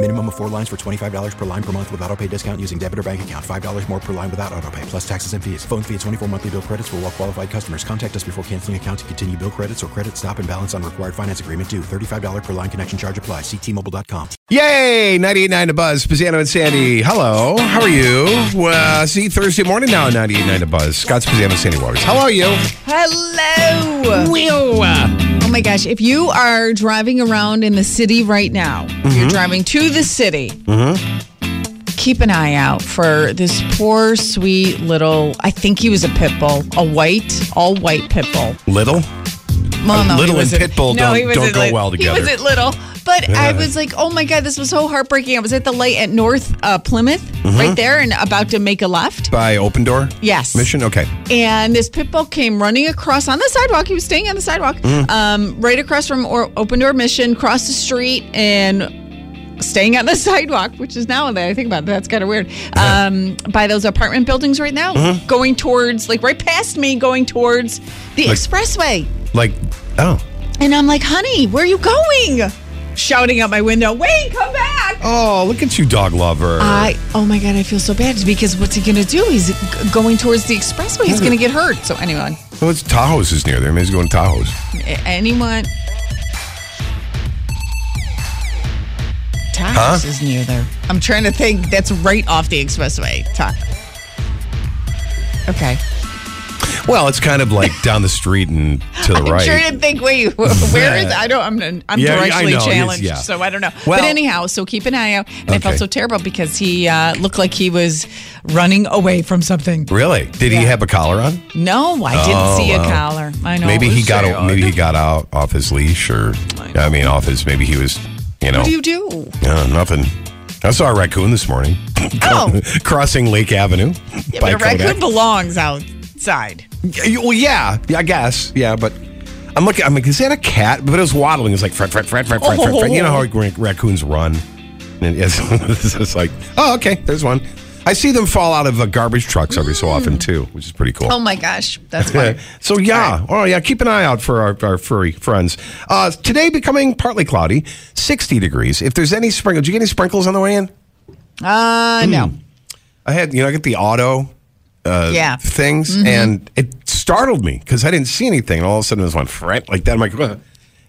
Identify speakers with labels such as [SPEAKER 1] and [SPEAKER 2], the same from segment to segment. [SPEAKER 1] Minimum of four lines for $25 per line per month with auto pay discount using debit or bank account. $5 more per line without auto pay, plus taxes and fees. Phone fee at 24 monthly bill credits for all well qualified customers. Contact us before canceling account to continue bill credits or credit stop and balance on required finance agreement due. $35 per line connection charge apply. Ctmobile.com.
[SPEAKER 2] Yay! 98.9 to Buzz, Pizzano and Sandy. Hello, how are you? Well, see, Thursday morning now at 98.9 to Buzz. Scott's Pizzano and Sandy Waters. How are you?
[SPEAKER 3] Hello. Oh my gosh. If you are driving around in the city right now, if
[SPEAKER 2] Mm-hmm.
[SPEAKER 3] you're driving to the city. Keep an eye out for this poor, sweet little. I think he was a pit bull, a white, all white pit bull.
[SPEAKER 2] Little?
[SPEAKER 3] Well, no, he
[SPEAKER 2] little and
[SPEAKER 3] wasn't-
[SPEAKER 2] pit bull don't-
[SPEAKER 3] he wasn't
[SPEAKER 2] don't go
[SPEAKER 3] lit-
[SPEAKER 2] well together.
[SPEAKER 3] He wasn't little, but
[SPEAKER 2] Yeah.
[SPEAKER 3] I was like, oh my god, this was so heartbreaking. I was at the light at North uh, Plymouth,
[SPEAKER 2] Mm-hmm.
[SPEAKER 3] right there, and about to make a left.
[SPEAKER 2] By Open Door?
[SPEAKER 3] Yes.
[SPEAKER 2] Mission? Okay.
[SPEAKER 3] and this pit bull came running across on the sidewalk. He was staying on the sidewalk,
[SPEAKER 2] Mm-hmm.
[SPEAKER 3] um, right across from or- Open Door Mission, across the street, and staying on the sidewalk, which is now that I think about it, that's kind of weird. Um, by those apartment buildings right now,
[SPEAKER 2] Mm-hmm.
[SPEAKER 3] going towards, like right past me, going towards the
[SPEAKER 2] Like-
[SPEAKER 3] expressway.
[SPEAKER 2] Like, oh.
[SPEAKER 3] And I'm like, honey, where are you going? Shouting out my window, Wayne, come back.
[SPEAKER 2] Oh, look at you, dog lover.
[SPEAKER 3] I oh my god, I feel so bad because what's he gonna do? He's g- going towards the expressway.
[SPEAKER 2] Mm-hmm.
[SPEAKER 3] He's gonna get hurt. So anyone,
[SPEAKER 2] well, Oh, it's Tahoe's is near there. Maybe he's going to Tahoe's.
[SPEAKER 3] a- anyone. Tahoe's is near there. I'm trying to think. That's right off the expressway. Ta- okay.
[SPEAKER 2] Well, it's kind of like down the street and to the
[SPEAKER 3] I'm
[SPEAKER 2] right.
[SPEAKER 3] trying to think. Wait, where is? I don't. I'm. I'm
[SPEAKER 2] Yeah, I
[SPEAKER 3] directly
[SPEAKER 2] know, yes,
[SPEAKER 3] challenged,
[SPEAKER 2] yeah.
[SPEAKER 3] so I don't know.
[SPEAKER 2] Well-
[SPEAKER 3] but anyhow, so keep an eye out. And I
[SPEAKER 2] Okay.
[SPEAKER 3] felt so terrible because he uh, looked like he was running away from something.
[SPEAKER 2] Really? Did he
[SPEAKER 3] Yeah.
[SPEAKER 2] have a collar on?
[SPEAKER 3] No, I didn't
[SPEAKER 2] Oh,
[SPEAKER 3] see a
[SPEAKER 2] wow.
[SPEAKER 3] collar. I know.
[SPEAKER 2] maybe
[SPEAKER 3] it
[SPEAKER 2] he
[SPEAKER 3] was
[SPEAKER 2] got
[SPEAKER 3] very
[SPEAKER 2] out,
[SPEAKER 3] odd.
[SPEAKER 2] maybe he got out off his leash or I, mean off his maybe he was you know
[SPEAKER 3] What do you do?
[SPEAKER 2] yeah, Uh, nothing. I saw a raccoon this morning
[SPEAKER 3] Oh,
[SPEAKER 2] crossing Lake Avenue
[SPEAKER 3] yeah,
[SPEAKER 2] by
[SPEAKER 3] but a
[SPEAKER 2] Kodak.
[SPEAKER 3] raccoon belongs outside.
[SPEAKER 2] Yeah, Well, yeah, yeah, I guess, yeah, but. I'm looking. I'm like, is that a cat? But it was waddling. It's like fret, fret, fret, fret, fret, fret, fret. You know
[SPEAKER 3] Oh.
[SPEAKER 2] how rac- raccoons run, and it's, it's just like, oh, okay, there's one. I see them fall out of uh, garbage trucks every so
[SPEAKER 3] Mm.
[SPEAKER 2] often too, which is pretty cool.
[SPEAKER 3] Oh my gosh, that's
[SPEAKER 2] Yeah.
[SPEAKER 3] funny.
[SPEAKER 2] So yeah, oh yeah, keep an eye out for our, our furry friends. Uh, today becoming partly cloudy, sixty degrees. If there's any sprinkles, did you get any sprinkles on the way in? Hmm.
[SPEAKER 3] Uh, no.
[SPEAKER 2] I had, you know, I get the auto uh,
[SPEAKER 3] yeah.
[SPEAKER 2] things,
[SPEAKER 3] Mm-hmm.
[SPEAKER 2] and it startled me because I didn't see anything, and all of a sudden it was one fret like that. I'm like, "Ugh."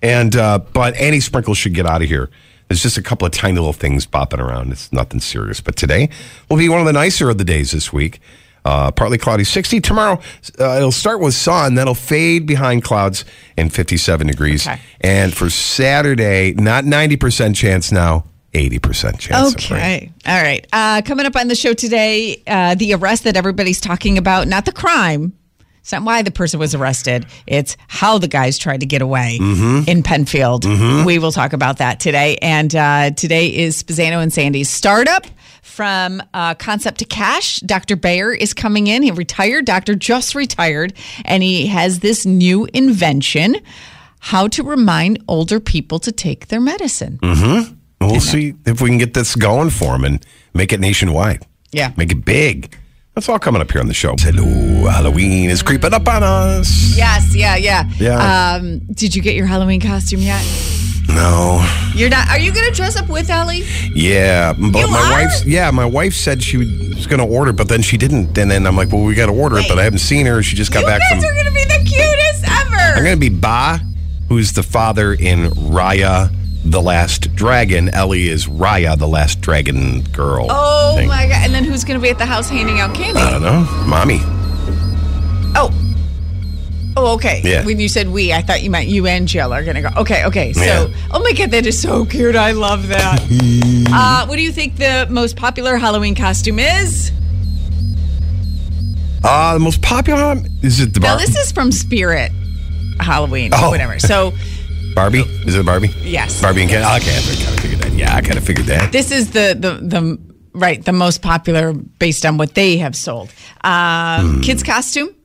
[SPEAKER 2] and uh, but any sprinkles should get out of here. There's just a couple of tiny little things bopping around. It's nothing serious, but today will be one of the nicer of the days this week. Uh, partly cloudy, 60 tomorrow. Uh, it'll start with sun, then it'll fade behind clouds and 57 degrees.
[SPEAKER 3] Okay.
[SPEAKER 2] And for Saturday, not 90% chance now, 80% chance. of rain.
[SPEAKER 3] Okay. All right. Uh, coming up on the show today, uh, the arrest that everybody's talking about, not the crime. It's not why the person was arrested. It's how the guys tried to get away in Penfield. We will talk about that today. And uh, today is Spazano and Sandy's startup from uh, concept to cash. Dr. Bayer is coming in. He retired. Doctor just retired, and he has this new invention: how to remind older people to take their medicine.
[SPEAKER 2] Mm-hmm. We'll see if we can get this going for him and make it nationwide.
[SPEAKER 3] Yeah.
[SPEAKER 2] Make it big. That's all coming up here on the show. Hello, Halloween is creeping up on us.
[SPEAKER 3] Yes, yeah, yeah.
[SPEAKER 2] Yeah.
[SPEAKER 3] Um, did you get your Halloween costume yet?
[SPEAKER 2] No.
[SPEAKER 3] You're not. Are you going to dress up with Ellie?
[SPEAKER 2] Yeah. But
[SPEAKER 3] You
[SPEAKER 2] my
[SPEAKER 3] are?
[SPEAKER 2] wife's yeah, my wife said she was gonna order, but then she didn't. And then I'm like, well, we gotta order it, but I haven't seen her. She just got
[SPEAKER 3] you
[SPEAKER 2] back
[SPEAKER 3] guys
[SPEAKER 2] from
[SPEAKER 3] are going to be the cutest ever.
[SPEAKER 2] I'm gonna be Ba, who's the father in Raya the Last Dragon. Ellie is Raya the Last Dragon girl.
[SPEAKER 3] oh
[SPEAKER 2] thing.
[SPEAKER 3] my god! And
[SPEAKER 2] Uh,
[SPEAKER 3] then who's going to be at the house handing out candy?
[SPEAKER 2] I don't know. Mommy.
[SPEAKER 3] oh, Oh, okay.
[SPEAKER 2] Yeah.
[SPEAKER 3] When you said we, I thought you meant you and Jill are going to go. Okay, okay. So,
[SPEAKER 2] Yeah.
[SPEAKER 3] oh my God, that is so cute. I love that. uh, what do you think the most popular Halloween costume is?
[SPEAKER 2] Uh, the most popular one- is it the
[SPEAKER 3] Now,
[SPEAKER 2] Barbie?
[SPEAKER 3] this is from Spirit Halloween,
[SPEAKER 2] Oh.
[SPEAKER 3] or whatever. So,
[SPEAKER 2] Barbie? Is it Barbie?
[SPEAKER 3] Yes.
[SPEAKER 2] Barbie and Ken. Okay, I kind of figured that. Yeah, I kind of figured that.
[SPEAKER 3] this is the, the, the, right, the most popular based on what they have sold. Uh,
[SPEAKER 2] Hmm.
[SPEAKER 3] Kids' costume?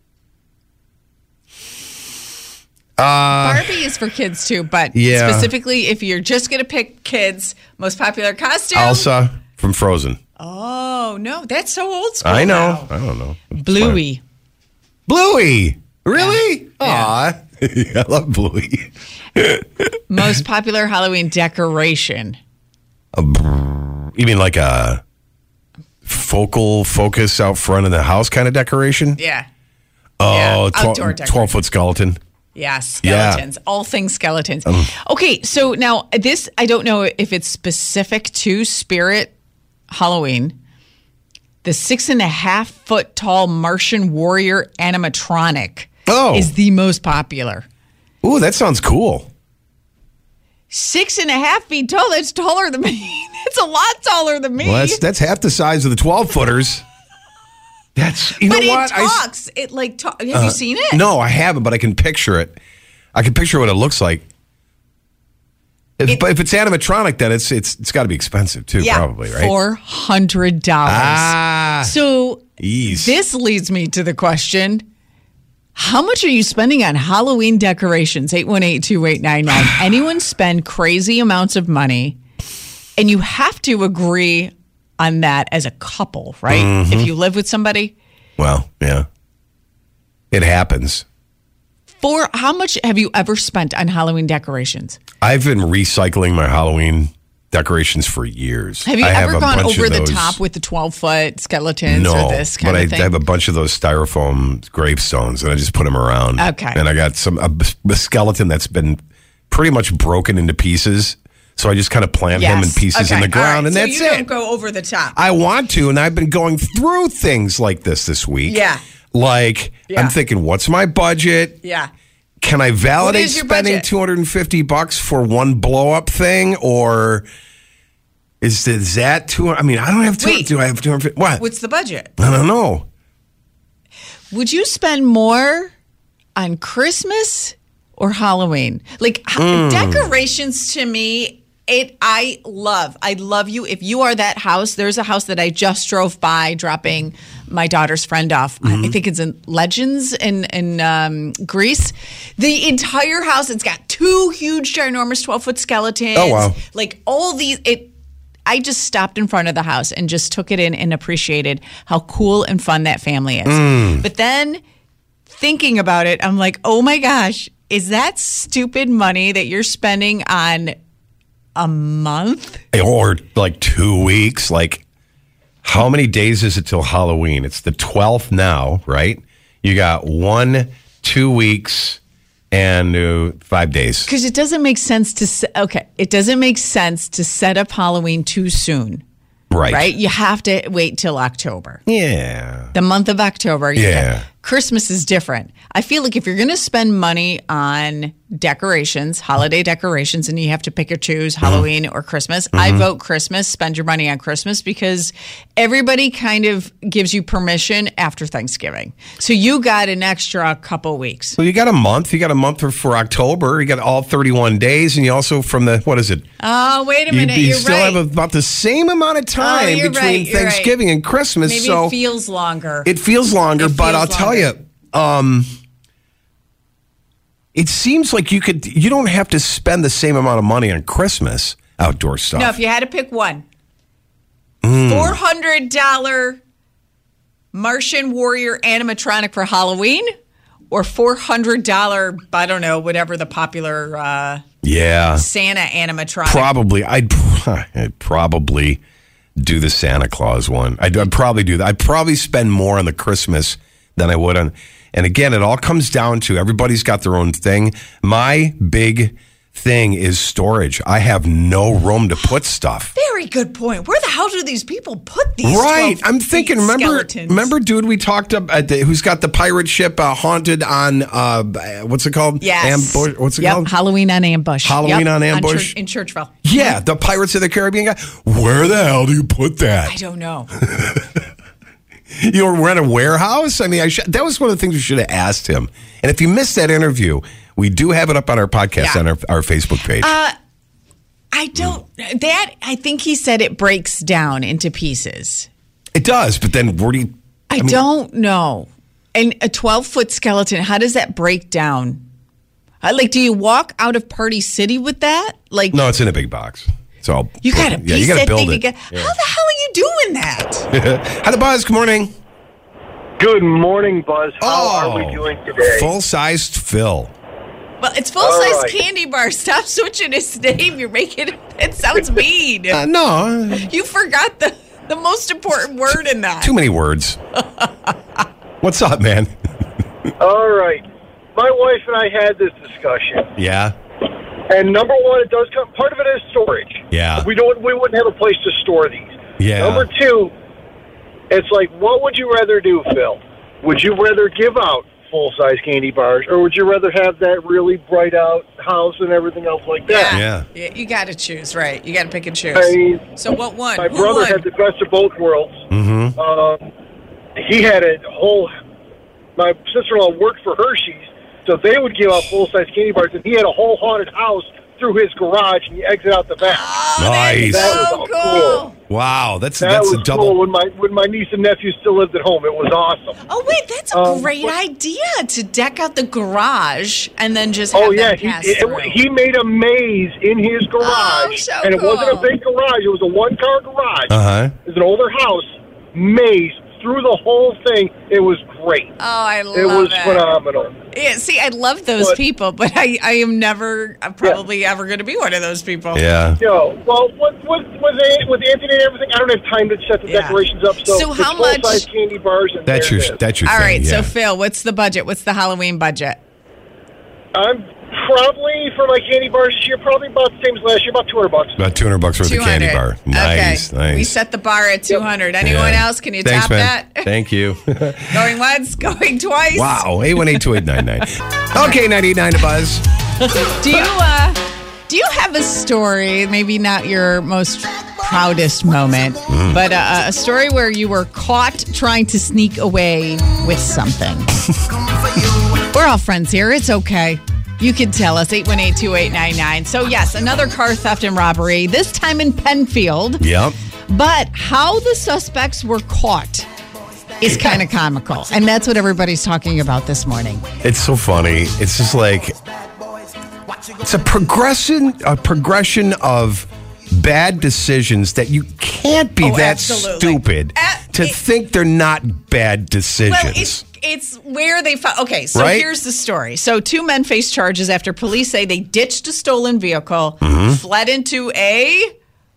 [SPEAKER 2] Uh,
[SPEAKER 3] Barbie is for kids too, but
[SPEAKER 2] Yeah.
[SPEAKER 3] specifically if you're just going to pick kids, most popular costume.
[SPEAKER 2] Elsa from Frozen.
[SPEAKER 3] oh, no, that's so old school.
[SPEAKER 2] I know.
[SPEAKER 3] now.
[SPEAKER 2] I don't know. It's
[SPEAKER 3] Bluey.
[SPEAKER 2] fine. Bluey. Really? Aw. I love Bluey.
[SPEAKER 3] Most popular Halloween decoration.
[SPEAKER 2] You mean like a focal focus out front of the house kind of decoration?
[SPEAKER 3] Yeah.
[SPEAKER 2] Oh,
[SPEAKER 3] Yeah, outdoor
[SPEAKER 2] 12 foot skeleton.
[SPEAKER 3] Yeah,
[SPEAKER 2] Yeah.
[SPEAKER 3] skeletons. All things skeletons. Okay, so now this I don't know if it's specific to Spirit Halloween. The six and a half foot tall Martian warrior animatronic
[SPEAKER 2] Oh.
[SPEAKER 3] is the most popular.
[SPEAKER 2] Ooh, that sounds cool.
[SPEAKER 3] Six and a half feet tall. That's taller than me. That's a lot taller than me.
[SPEAKER 2] Well, that's, that's half the size of the 12 footers. That's, you
[SPEAKER 3] but
[SPEAKER 2] know
[SPEAKER 3] it
[SPEAKER 2] what? I s- Uh,
[SPEAKER 3] talks. it like talk. Have you seen it?
[SPEAKER 2] No, I haven't, but I can picture it. I can picture what it looks like. If, but if it's animatronic, then it's it's it's got to be expensive too, probably, right?
[SPEAKER 3] Four hundred dollars.
[SPEAKER 2] ah,
[SPEAKER 3] So
[SPEAKER 2] ease.
[SPEAKER 3] this leads me to the question. How much are you spending on Halloween decorations? 818-2899. Anyone spend crazy amounts of money and you have to agree on that as a couple, right?
[SPEAKER 2] Mm-hmm.
[SPEAKER 3] If you live with somebody,
[SPEAKER 2] well, yeah, it happens.
[SPEAKER 3] for how much have you ever spent on Halloween decorations?
[SPEAKER 2] I've been recycling my Halloween decorations for years.
[SPEAKER 3] Have you
[SPEAKER 2] I
[SPEAKER 3] ever
[SPEAKER 2] a
[SPEAKER 3] gone
[SPEAKER 2] bunch of
[SPEAKER 3] over the
[SPEAKER 2] those-
[SPEAKER 3] top with the 12-foot skeletons
[SPEAKER 2] no,
[SPEAKER 3] or this kind
[SPEAKER 2] but
[SPEAKER 3] of
[SPEAKER 2] I
[SPEAKER 3] thing?
[SPEAKER 2] have a bunch of those styrofoam gravestones, and I just put them around.
[SPEAKER 3] Okay.
[SPEAKER 2] And I got some a, a skeleton that's been pretty much broken into pieces, so I just kind of plant him in
[SPEAKER 3] Yes.
[SPEAKER 2] pieces in
[SPEAKER 3] Okay.
[SPEAKER 2] the ground,
[SPEAKER 3] All
[SPEAKER 2] and
[SPEAKER 3] right. So
[SPEAKER 2] that's
[SPEAKER 3] you
[SPEAKER 2] it.
[SPEAKER 3] don't go over the top.
[SPEAKER 2] I want to, and I've been going through things like this this week.
[SPEAKER 3] Yeah.
[SPEAKER 2] Like I'm
[SPEAKER 3] Yeah.
[SPEAKER 2] thinking, what's my budget?
[SPEAKER 3] yeah.
[SPEAKER 2] Can I validate
[SPEAKER 3] is your
[SPEAKER 2] spending
[SPEAKER 3] budget?
[SPEAKER 2] 250 bucks for one blow up thing, or is, is that two? I mean, I don't have two.
[SPEAKER 3] Wait.
[SPEAKER 2] Do I have 250? What?
[SPEAKER 3] What's the budget?
[SPEAKER 2] I don't know.
[SPEAKER 3] Would you spend more on Christmas or Halloween? Like h-
[SPEAKER 2] Hmm.
[SPEAKER 3] decorations to me, it I love. I love you. If you are that house, there's a house that I just drove by dropping my daughter's friend off. I-
[SPEAKER 2] Hmm.
[SPEAKER 3] I think it's in Legends in in um, Greece. The entire house, it's got two huge, ginormous, twelve foot skeletons.
[SPEAKER 2] Oh, wow.
[SPEAKER 3] Like all these, it. I just stopped in front of the house and just took it in and appreciated how cool and fun that family is.
[SPEAKER 2] Hmm. Mm.
[SPEAKER 3] But then thinking about it, I'm like, oh my gosh, is that stupid money that you're spending on a month?
[SPEAKER 2] Or like two weeks. Like, how many days is it till Halloween? It's the 12th now, right? You got one, two weeks, and uh, five days.
[SPEAKER 3] Because it doesn't make sense to se- okay, it doesn't make sense to set up Halloween too soon, right? You have to wait till October.
[SPEAKER 2] Yeah.
[SPEAKER 3] the month of October. you
[SPEAKER 2] Yeah.
[SPEAKER 3] know, Christmas is different. I feel like if you're going to spend money on decorations, holiday decorations, and you have to pick or choose Halloween or Christmas, I
[SPEAKER 2] Mm-hmm.
[SPEAKER 3] vote Christmas. Spend your money on Christmas because everybody kind of gives you permission after Thanksgiving. So you got an extra couple weeks.
[SPEAKER 2] So you got a month. You got a month for, for October. You got all 31 days, and you also from the what is it?
[SPEAKER 3] Oh, wait a
[SPEAKER 2] you
[SPEAKER 3] minute.
[SPEAKER 2] you
[SPEAKER 3] are
[SPEAKER 2] still
[SPEAKER 3] right.
[SPEAKER 2] have about the same amount of
[SPEAKER 3] Oh,
[SPEAKER 2] time
[SPEAKER 3] you're
[SPEAKER 2] between
[SPEAKER 3] right, you're right.
[SPEAKER 2] Thanksgiving and Christmas.
[SPEAKER 3] Maybe
[SPEAKER 2] so
[SPEAKER 3] it feels longer.
[SPEAKER 2] it feels longer,
[SPEAKER 3] It
[SPEAKER 2] but
[SPEAKER 3] feels
[SPEAKER 2] I'll tell you,
[SPEAKER 3] longer.
[SPEAKER 2] um, it seems like you could. You don't have to spend the same amount of money on Christmas outdoor stuff.
[SPEAKER 3] No, if you had to pick one,
[SPEAKER 2] Hmm.
[SPEAKER 3] four hundred dollar Martian warrior animatronic for Halloween, or four hundred dollar I don't know whatever the popular uh,
[SPEAKER 2] yeah,
[SPEAKER 3] Santa animatronic.
[SPEAKER 2] probably. I'd, I'd probably do the Santa Claus one. I'd, I'd probably do that. I'd probably spend more on the Christmas than I would on. And again, it all comes down to everybody's got their own thing. My big thing is storage. I have no room to put stuff.
[SPEAKER 3] Very good point. Where the hell do these people put these?
[SPEAKER 2] Right,
[SPEAKER 3] 12
[SPEAKER 2] I'm
[SPEAKER 3] feet
[SPEAKER 2] thinking. Remember,
[SPEAKER 3] skeletons?
[SPEAKER 2] remember, dude, we talked about the, who's got the pirate ship uh, haunted on uh, what's it called?
[SPEAKER 3] Yes.
[SPEAKER 2] Ambush. What's it
[SPEAKER 3] Yep,
[SPEAKER 2] called?
[SPEAKER 3] Halloween on ambush.
[SPEAKER 2] Halloween on
[SPEAKER 3] Chur-
[SPEAKER 2] Ambush.
[SPEAKER 3] in Churchville.
[SPEAKER 2] yeah, the Pirates of the Caribbean guy. Where the hell do you put that?
[SPEAKER 3] I don't know.
[SPEAKER 2] you were in a warehouse. I mean, I should, that was one of the things we should have asked him. And if you missed that interview, we do have it up on our podcast
[SPEAKER 3] Yeah. Uh,
[SPEAKER 2] on our, our Facebook page.
[SPEAKER 3] I don't. That I think he said it breaks down into pieces.
[SPEAKER 2] it does, but then where do you?
[SPEAKER 3] I, don't know. And a 12 foot skeleton, how does that break down? Uh, Like, do you walk out of Party City with that? Like,
[SPEAKER 2] No, it's in a big box. So
[SPEAKER 3] you got to piece
[SPEAKER 2] yeah, you gotta
[SPEAKER 3] that
[SPEAKER 2] build
[SPEAKER 3] thing
[SPEAKER 2] it.
[SPEAKER 3] together. How the hell are you doing that?
[SPEAKER 2] Hi, the buzz. Good morning.
[SPEAKER 4] Good morning, Buzz. How are we doing today?
[SPEAKER 2] Full sized Phil.
[SPEAKER 3] Well, it's full size
[SPEAKER 4] right.
[SPEAKER 3] candy bar. Stop switching his name. You're making it sounds mean.
[SPEAKER 2] Uh, no,
[SPEAKER 3] You forgot the, the most important word in that.
[SPEAKER 2] too many words. What's up, man?
[SPEAKER 4] All right. My wife and I had this discussion,
[SPEAKER 2] Yeah,
[SPEAKER 4] and number one, it does come. Part of it is storage.
[SPEAKER 2] Yeah.
[SPEAKER 4] We don't. We wouldn't have a place to store these.
[SPEAKER 2] Yeah.
[SPEAKER 4] Number two, it's like, what would you rather do, Phil? Would you rather give out full size candy bars, or would you rather have that really bright out house and everything else like that?
[SPEAKER 2] Yeah.
[SPEAKER 3] You got to choose, right? You got to pick and choose.
[SPEAKER 4] I mean,
[SPEAKER 3] so, what one?
[SPEAKER 4] My
[SPEAKER 3] Who
[SPEAKER 4] brother
[SPEAKER 3] won?
[SPEAKER 4] had the best of both worlds. Mm-hmm. he had a whole. My sister-in-law worked for Hershey's, so they would give out full-size candy bars, and he had a whole haunted house through his garage, and you exit out the back.
[SPEAKER 3] Oh,
[SPEAKER 2] nice.
[SPEAKER 4] That was
[SPEAKER 3] so
[SPEAKER 4] cool.
[SPEAKER 3] cool.
[SPEAKER 2] Wow, that's
[SPEAKER 4] That
[SPEAKER 2] that's
[SPEAKER 4] was
[SPEAKER 2] a double.
[SPEAKER 4] cool. When my when my niece and nephew still lived at home, it was awesome.
[SPEAKER 3] Oh wait, that's a
[SPEAKER 4] Um,
[SPEAKER 3] great
[SPEAKER 4] what-
[SPEAKER 3] idea to deck out the garage and then just have
[SPEAKER 4] Oh yeah,
[SPEAKER 3] them
[SPEAKER 4] he
[SPEAKER 3] pass
[SPEAKER 4] it,
[SPEAKER 3] through. Oh,
[SPEAKER 4] he made a maze in his garage,
[SPEAKER 3] so
[SPEAKER 4] and it wasn't a
[SPEAKER 3] cool.
[SPEAKER 4] big garage; it was a one-car garage.
[SPEAKER 5] Uh-huh.
[SPEAKER 2] Uh huh.
[SPEAKER 4] It was an older house maze through the whole thing. It was great.
[SPEAKER 3] oh, I love
[SPEAKER 4] it was phenomenal.
[SPEAKER 3] Yeah, see, I love those
[SPEAKER 4] But-
[SPEAKER 3] people, but I, I am never, I'm probably ever going to be one of those people.
[SPEAKER 2] Yeah.
[SPEAKER 4] No, well, with with with, An- with Anthony and everything, I don't have time to set the
[SPEAKER 3] Yeah.
[SPEAKER 4] decorations up. So,
[SPEAKER 3] So how
[SPEAKER 4] full size
[SPEAKER 3] much-
[SPEAKER 4] candy bars? And
[SPEAKER 2] That's
[SPEAKER 4] there
[SPEAKER 2] your
[SPEAKER 4] it is.
[SPEAKER 2] that's your
[SPEAKER 3] All
[SPEAKER 2] thing.
[SPEAKER 3] right,
[SPEAKER 2] yeah.
[SPEAKER 3] so Phil, what's the budget? What's the Halloween budget?
[SPEAKER 4] I'm probably for my candy bars this year, probably about the same as last year, about two hundred bucks.
[SPEAKER 2] about two hundred bucks worth of candy bar. Nice,
[SPEAKER 3] okay.
[SPEAKER 2] nice.
[SPEAKER 3] We set the bar at 200. Anyone
[SPEAKER 2] Yeah.
[SPEAKER 3] else? Can you
[SPEAKER 2] Thanks,
[SPEAKER 3] top
[SPEAKER 2] man.
[SPEAKER 3] that?
[SPEAKER 2] Thank you.
[SPEAKER 3] going once, going twice.
[SPEAKER 2] wow. 818-2899. Okay, 989 to Buzz.
[SPEAKER 3] Do you uh, do you have a story? Maybe not your most proudest moment, but uh, a story where you were caught trying to sneak away with something. we're all friends here. It's okay. You can tell us 818-2899. So yes, another car theft and robbery. This time in Penfield,
[SPEAKER 2] Yep.
[SPEAKER 3] but how the suspects were caught. Is kind of comical. And that's what everybody's talking about this morning.
[SPEAKER 2] It's so funny. It's just like it's a progression a progression of bad decisions that you can't be
[SPEAKER 3] Oh,
[SPEAKER 2] that
[SPEAKER 3] absolutely.
[SPEAKER 2] stupid
[SPEAKER 3] A-
[SPEAKER 2] to
[SPEAKER 3] it-
[SPEAKER 2] think they're not bad decisions.
[SPEAKER 3] Well, it's it's where they found. Okay, so
[SPEAKER 2] Right?
[SPEAKER 3] here's the story. So two men face charges after police say they ditched a stolen vehicle,
[SPEAKER 2] Mm-hmm.
[SPEAKER 3] fled into a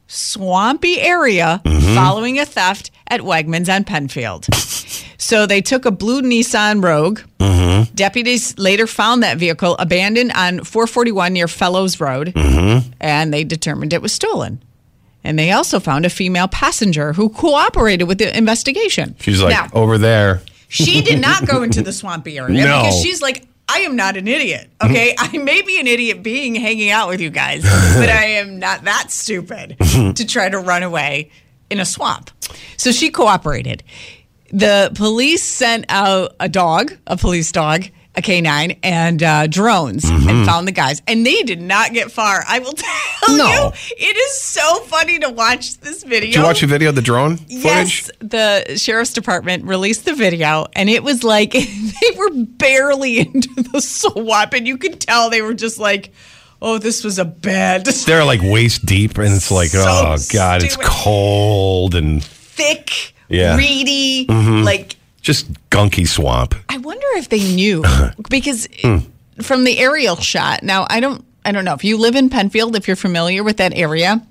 [SPEAKER 3] swampy area
[SPEAKER 2] Mm-hmm.
[SPEAKER 3] following a theft at Wegmans on Penfield. so they took a blue Nissan Rogue.
[SPEAKER 2] Mm-hmm.
[SPEAKER 3] Deputies later found that vehicle abandoned on 441 near Fellows Road,
[SPEAKER 2] Mm-hmm.
[SPEAKER 3] and they determined it was stolen. And they also found a female passenger who cooperated with the investigation.
[SPEAKER 2] She's like
[SPEAKER 3] Now-
[SPEAKER 2] over there.
[SPEAKER 3] she did not go into the swampy area
[SPEAKER 2] No.
[SPEAKER 3] because she's like, I am not an idiot. Okay. I may be an idiot being hanging out with you guys, but I am not that stupid to try to run away in a swamp. So she cooperated. The police sent out a dog, a police dog, a canine, and uh, drones
[SPEAKER 2] Mm-hmm.
[SPEAKER 3] and found the guys. And they did not get far. I will tell
[SPEAKER 2] No.
[SPEAKER 3] you, it is so funny to watch this video.
[SPEAKER 2] Did you watch a video of the drone footage?
[SPEAKER 3] Yes, the sheriff's department released the video, and it was like they were barely into the swap, and you could tell they were just like, "Oh, this was a bad,
[SPEAKER 2] They're like waist deep, and it's like,
[SPEAKER 3] So
[SPEAKER 2] oh god, it's
[SPEAKER 3] stupid.
[SPEAKER 2] cold and
[SPEAKER 3] thick,
[SPEAKER 2] Yeah. Mm-hmm.
[SPEAKER 3] reedy, like."
[SPEAKER 2] just gunky swamp. Hmm.
[SPEAKER 3] I wonder if they knew because from the aerial shot. Now, I don't, I don't know if you live in Penfield, if you're familiar with that area.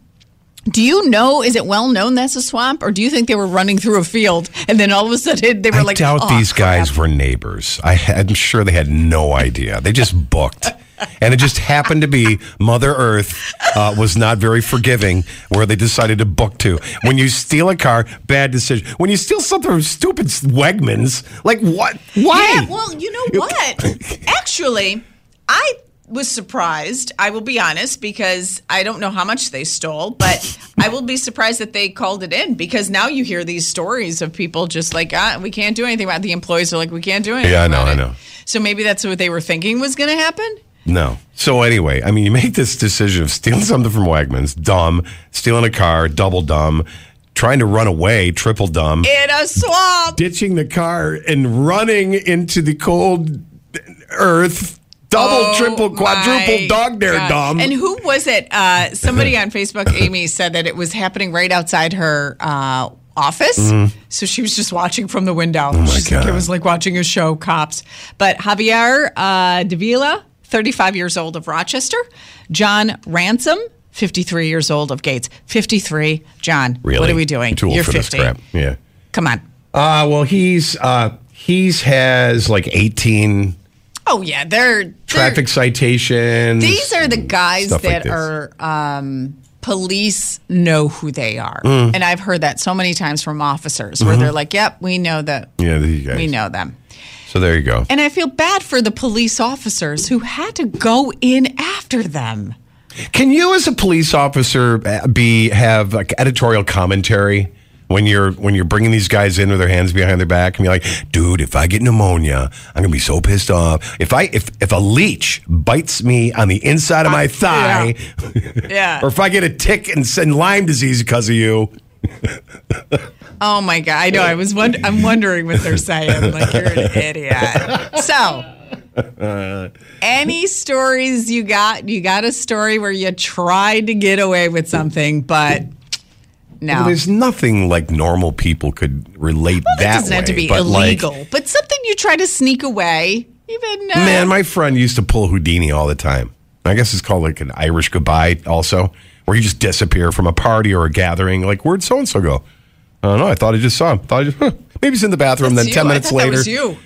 [SPEAKER 3] Do you know? Is it well known that's a swamp, or do you think they were running through a field and then all of a sudden they were
[SPEAKER 2] I
[SPEAKER 3] like,
[SPEAKER 2] doubt
[SPEAKER 3] "Aw,
[SPEAKER 2] these
[SPEAKER 3] crap."
[SPEAKER 2] guys were neighbors. I, I'm sure they had no idea. They just booked. And it just happened to be Mother Earth uh, was not very forgiving where they decided to book to. When you steal a car, bad decision. When you steal something from stupid Wegmans, like what? Why?
[SPEAKER 3] Yeah, well, you know what? Actually, I was surprised. I will be honest because I don't know how much they stole, but I will be surprised that they called it in because now you hear these stories of people just like, ah, we can't do anything about it. The employees are like, we can't do anything
[SPEAKER 2] Yeah, I know,
[SPEAKER 3] about
[SPEAKER 2] I
[SPEAKER 3] it.
[SPEAKER 2] know.
[SPEAKER 3] So maybe that's what they were thinking was going to happen.
[SPEAKER 2] No. So anyway, I mean, you make this decision of stealing something from Wegmans, dumb, stealing a car, double dumb, trying to run away, triple dumb,
[SPEAKER 3] In a swamp.
[SPEAKER 2] ditching the car and running into the cold earth, double,
[SPEAKER 3] Oh,
[SPEAKER 2] triple, quadruple
[SPEAKER 3] my
[SPEAKER 2] dog dare
[SPEAKER 3] God.
[SPEAKER 2] dumb.
[SPEAKER 3] And who was it? Uh, somebody on Facebook, Amy, said that it was happening right outside her uh, office. So she was just watching from the window. She's like,
[SPEAKER 2] Mm-hmm. Oh God.
[SPEAKER 3] it was like watching a show, Cops. But Javier uh, Davila, 35 years old of Rochester. John Ransom, 53 years old of Gates. 53, John.
[SPEAKER 2] really?
[SPEAKER 3] What are we doing?
[SPEAKER 2] You're too old for this crap. Yeah.
[SPEAKER 3] Come on.
[SPEAKER 2] Uh, well, he's uh, he's has like 18
[SPEAKER 3] Oh, yeah. They're, they're
[SPEAKER 2] traffic citations.
[SPEAKER 3] These are the guys
[SPEAKER 2] Stuff like
[SPEAKER 3] that
[SPEAKER 2] this.
[SPEAKER 3] are um, police know who they are,
[SPEAKER 2] Mm.
[SPEAKER 3] and I've heard that so many times from officers where they're like, "Yep, we know that.
[SPEAKER 2] yeah, these Mm-hmm. guys.
[SPEAKER 3] We know them."
[SPEAKER 2] So there you go.
[SPEAKER 3] And I feel bad for the police officers who had to go in after them.
[SPEAKER 2] Can you, as a police officer, uh, be have like editorial commentary when you're when you're bringing these guys in with their hands behind their back and be like, "Dude, if I get pneumonia, I'm gonna be so pissed off. If I if if a leech bites me on the inside of my thigh,
[SPEAKER 3] Yeah.
[SPEAKER 2] or if I get a tick and send Lyme disease because of you,
[SPEAKER 3] Oh my god! I know. I was. Wonder- I'm wondering what they're saying. Like you're an idiot. So. Any stories you got? You got a story where you tried to get away with something, but no.
[SPEAKER 2] there's nothing like normal people could relate
[SPEAKER 3] Well,
[SPEAKER 2] that
[SPEAKER 3] that doesn't
[SPEAKER 2] way.
[SPEAKER 3] have to be
[SPEAKER 2] but like,
[SPEAKER 3] illegal, but something you try to sneak away. Even uh,
[SPEAKER 2] Man, my friend used to pull Houdini all the time. I guess it's called like an Irish goodbye, also, where you just disappear from a party or a gathering. Like, where'd so and so go? I don't know. I thought I just saw him. Thought I just, huh, maybe he's in the bathroom.
[SPEAKER 3] That's
[SPEAKER 2] then
[SPEAKER 3] you.
[SPEAKER 2] 10
[SPEAKER 3] I
[SPEAKER 2] minutes
[SPEAKER 3] thought that
[SPEAKER 2] later.
[SPEAKER 3] was you.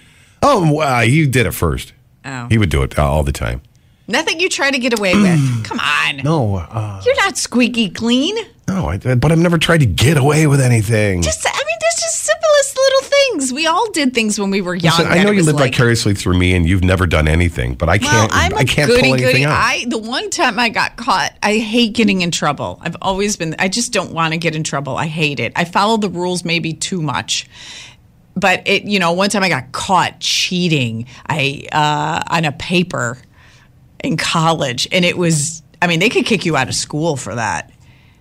[SPEAKER 2] Oh, uh, he did it first.
[SPEAKER 3] Oh.
[SPEAKER 2] He would do it uh, all the time.
[SPEAKER 3] nothing you try to get away
[SPEAKER 2] Mm.
[SPEAKER 3] with. Come on,
[SPEAKER 2] No, uh,
[SPEAKER 3] you're not squeaky clean.
[SPEAKER 2] no, I, but I've never tried to get away with anything.
[SPEAKER 3] Just, I mean, there's just simplest little things. We all did things when we were young.
[SPEAKER 2] Listen, I
[SPEAKER 3] that
[SPEAKER 2] know
[SPEAKER 3] it
[SPEAKER 2] you
[SPEAKER 3] was
[SPEAKER 2] live
[SPEAKER 3] like,
[SPEAKER 2] vicariously through me, and you've never done anything, but I
[SPEAKER 3] Well,
[SPEAKER 2] can't.
[SPEAKER 3] I'm a
[SPEAKER 2] I can't
[SPEAKER 3] goody
[SPEAKER 2] pull anything
[SPEAKER 3] goody.
[SPEAKER 2] out.
[SPEAKER 3] I the one time I got caught, I hate getting in trouble. I've always been. I just don't want to get in trouble. I hate it. I follow the rules maybe too much. But it, you know, one time I got caught cheating. I uh, on a paper in college, and it was. I mean, they could kick you out of school for that.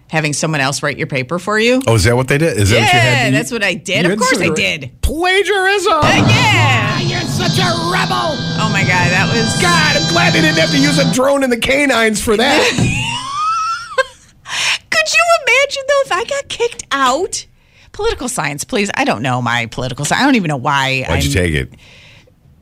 [SPEAKER 3] Having someone else write your paper for you.
[SPEAKER 2] oh, is that what they did? Is that what you had?
[SPEAKER 3] yeah,
[SPEAKER 2] to-
[SPEAKER 3] that's what I did.
[SPEAKER 2] you
[SPEAKER 3] Of
[SPEAKER 2] had
[SPEAKER 3] course, I
[SPEAKER 2] sort of
[SPEAKER 3] did.
[SPEAKER 2] Plagiarism.
[SPEAKER 3] Uh, yeah.
[SPEAKER 6] You're such a rebel!
[SPEAKER 3] Oh my god, that was.
[SPEAKER 2] God, I'm glad they didn't have to use a drone in the canines for that.
[SPEAKER 3] Could you imagine though if I got kicked out? Political science, please. I don't know my political science. I don't even know why.
[SPEAKER 2] Why'd you
[SPEAKER 3] I'm-
[SPEAKER 2] take it?